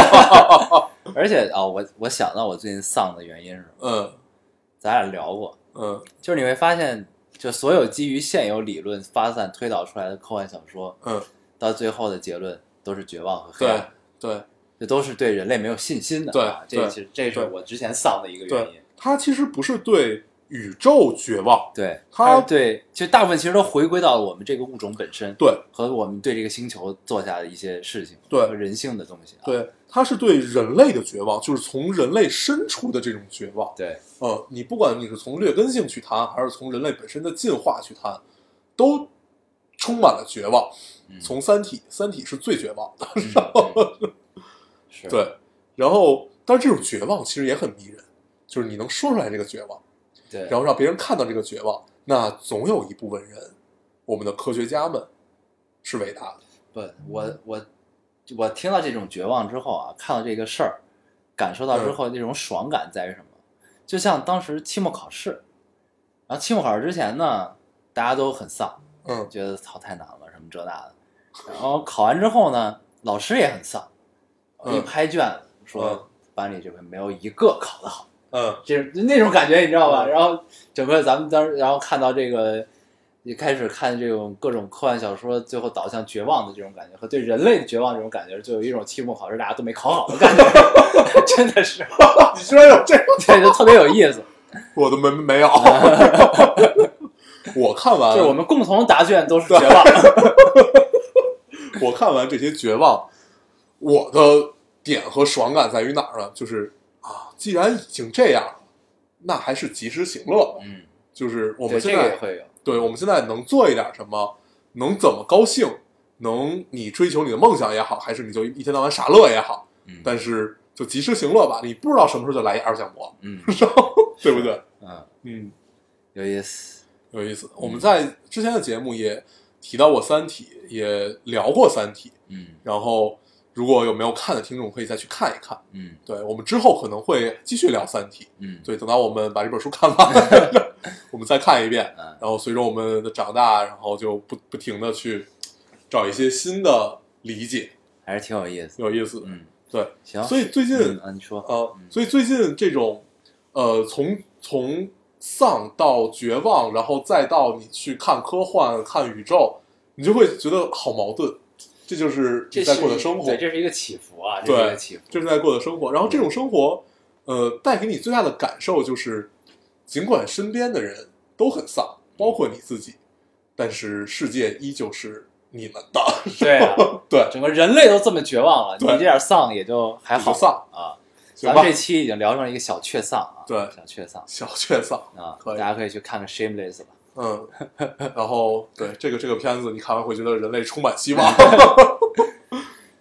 S3: 对 而且啊、我我想到我最近丧的原因是什么，
S4: 嗯
S3: 咱俩聊过，
S4: 嗯
S3: 就是你会发现，就所有基于现有理论发散推导出来的科幻小说，
S4: 嗯，
S3: 到最后的结论都是绝望和黑
S4: 对
S3: 暗，
S4: 对。
S3: 这都是对人类没有信心的啊。这
S4: 对对
S3: 其实这是我之前丧的一个原因
S4: 对。，他其实不是对宇宙绝望，
S3: 对，
S4: 他
S3: 它是对，其实大部分其实都回归到我们这个物种本身，
S4: 对
S3: 和我们对这个星球做下的一些事情，
S4: 对
S3: 和人性的东西啊。
S4: 对，他是对人类的绝望，就是从人类深处的这种绝望。
S3: 对
S4: 呃，你不管你是从劣根性去谈，还是从人类本身的进化去谈，都充满了绝望。从《三体》，《三体》是最绝望的。
S3: 嗯嗯 是，
S4: 对，然后但是这种绝望其实也很迷人，就是你能说出来这个绝望，
S3: 对，
S4: 然后让别人看到这个绝望，那总有一部分人，我们的科学家们是伟大的。
S3: 不，我我我听到这种绝望之后啊，看到这个事儿，感受到
S4: 嗯
S3: 之后那种爽感在于什么？就像当时期末考试，然后期末考试之前呢，大家都很丧，
S4: 嗯
S3: 觉得操太难了，什么这那的。然后考完之后呢，老师也很丧，
S4: 嗯
S3: 一拍卷子
S4: 嗯
S3: 说班里这回没有一个考得好，
S4: 嗯
S3: 这是那种感觉你知道吧？
S4: 嗯
S3: 然后整个咱们当时，然后看到这个，也开始看这种各种科幻小说，最后导向绝望的这种感觉和对人类的绝望这种感觉，就有一种期末考试大家都没考好的 感觉，真的是，
S4: 你居然有这嗯
S3: 对，就特别有意思。
S4: 我都没没有。我看完，
S3: 就是我们共同答卷都是绝望。
S4: 我看完这些绝望，我的点和爽感在于哪儿呢？就是啊，既然已经这样了，那还是及时行乐。
S3: 嗯，
S4: 就是我
S3: 我
S4: 们现
S3: 这个
S4: 在
S3: 也会有，
S4: 对，我们现在能做一点什么，能怎么高兴，能你追求你的梦想也好，还是你就一天到晚傻乐也好，
S3: 嗯
S4: 但是就及时行乐吧，你不知道什么时候就来一二向箔，
S3: 嗯
S4: 对不对？
S3: 嗯，
S4: 嗯，
S3: 有意思。
S4: 有意思。我们在之前的节目也提到过《三体》，也聊过《三体》，
S3: 嗯
S4: 然后如果有没有看的听众可以再去看一看。
S3: 嗯
S4: 对我们之后可能会继续聊《三体》，
S3: 嗯，
S4: 对，等到我们把这本书 看完，我们再看一遍。
S3: 嗯
S4: 然后随着我们的长大，然后就不不停的去找一些新的理解，
S3: 还是挺有意思。
S4: 有意思。
S3: 嗯，
S4: 对，
S3: 行。
S4: 所以最近
S3: 嗯啊，你说，
S4: 呃，所以最近这种呃，从从丧到绝望，然后再到你去看科幻、看宇宙，你就会觉得好矛盾。这就是你
S3: 这
S4: 在
S3: 是
S4: 过的生活，
S3: 对，这是一个起伏啊，这是一
S4: 对
S3: 个起伏。
S4: 这是在过的生活。然后这种生活，呃，带给你最大的感受就是，尽管身边的人都很丧，包括你自己，但是世界依旧是你们的。
S3: 对啊，
S4: 对，
S3: 整个人类都这么绝望了，你
S4: 对
S3: 这点丧也就还好
S4: 也就丧
S3: 啊。
S4: 行
S3: 咱
S4: 吧
S3: 们这，期已经聊成一个小确丧啊，
S4: 对
S3: 小确丧
S4: 小确丧。
S3: 啊，
S4: 可
S3: 大
S4: 以
S3: 家可以去看看《Shameless》吧。
S4: 嗯，然后对这个这个片子，你看完会觉得人类充满希望。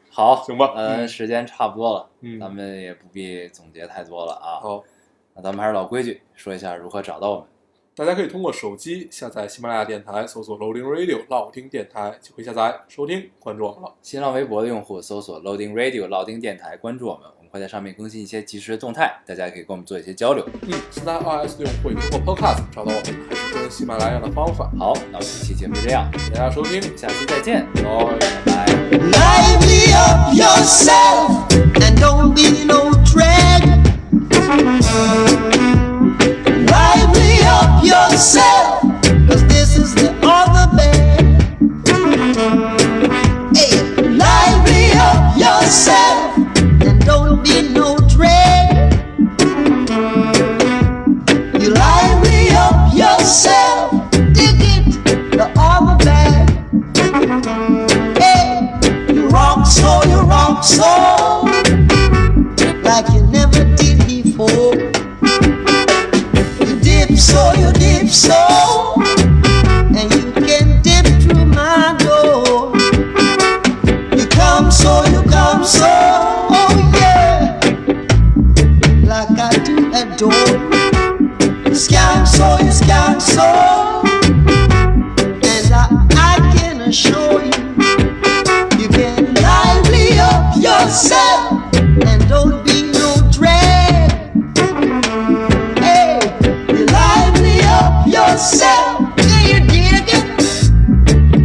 S3: 好，
S4: 行吧
S3: 嗯，
S4: 嗯
S3: 时间差不多了，
S4: 嗯
S3: 咱们也不必总结太多了啊。
S4: 好，
S3: 那咱们还是老规矩，说一下如何找到我们。
S4: 大家可以通过手机下载喜马拉雅电台，搜索 Loading Radio 老听电台就可以下载收听，关注我们了。
S3: 新浪微博的用户搜索 Loading Radio 老丁电台，关注我们，我们会在上面更新一些即时的动态，大家也可以跟我们做一些交流。
S4: 嗯，现在 iOS 用户也通过 Podcast 找到我们，还是跟喜马拉雅的方法。
S3: 好，那我们这期节目就这样，
S4: 大家收听，
S3: 下期再见，
S4: 拜
S3: 拜拜。
S4: 拜。
S7: Lively up yourself and don't be no dread. Lively up yourself, cause this is the other bed. Hey, lively up yourself and don't be no dread. You lively up yourself, dig it, the other bed. Hey, you rock so, you rock so, like you never did before. You dip so, you dip so, and you can dip through my door. You come so, you come so, oh yeah, like I do adore. You scam so, you scam so, and I, I can assure you. You can lively up yourself and don't be no drag. Hey, you lively up yourself. Do you dig it?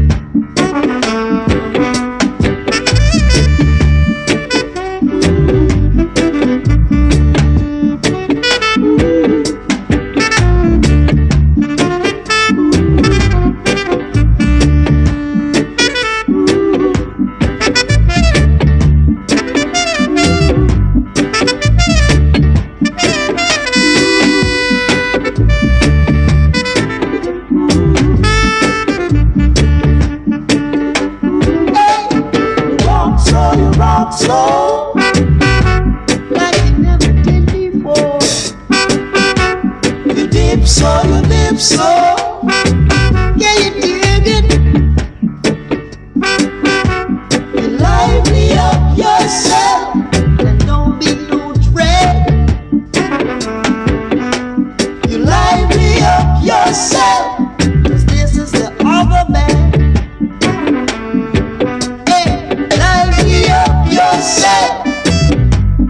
S7: Hey, you rock so, you rock so. Like you never did before. You dip so, you dip so. Yeah, you dig it. You lively up yourself. And don't be no dread. You lively up yourself. Cause this is the other man. Hey, lively up yourself.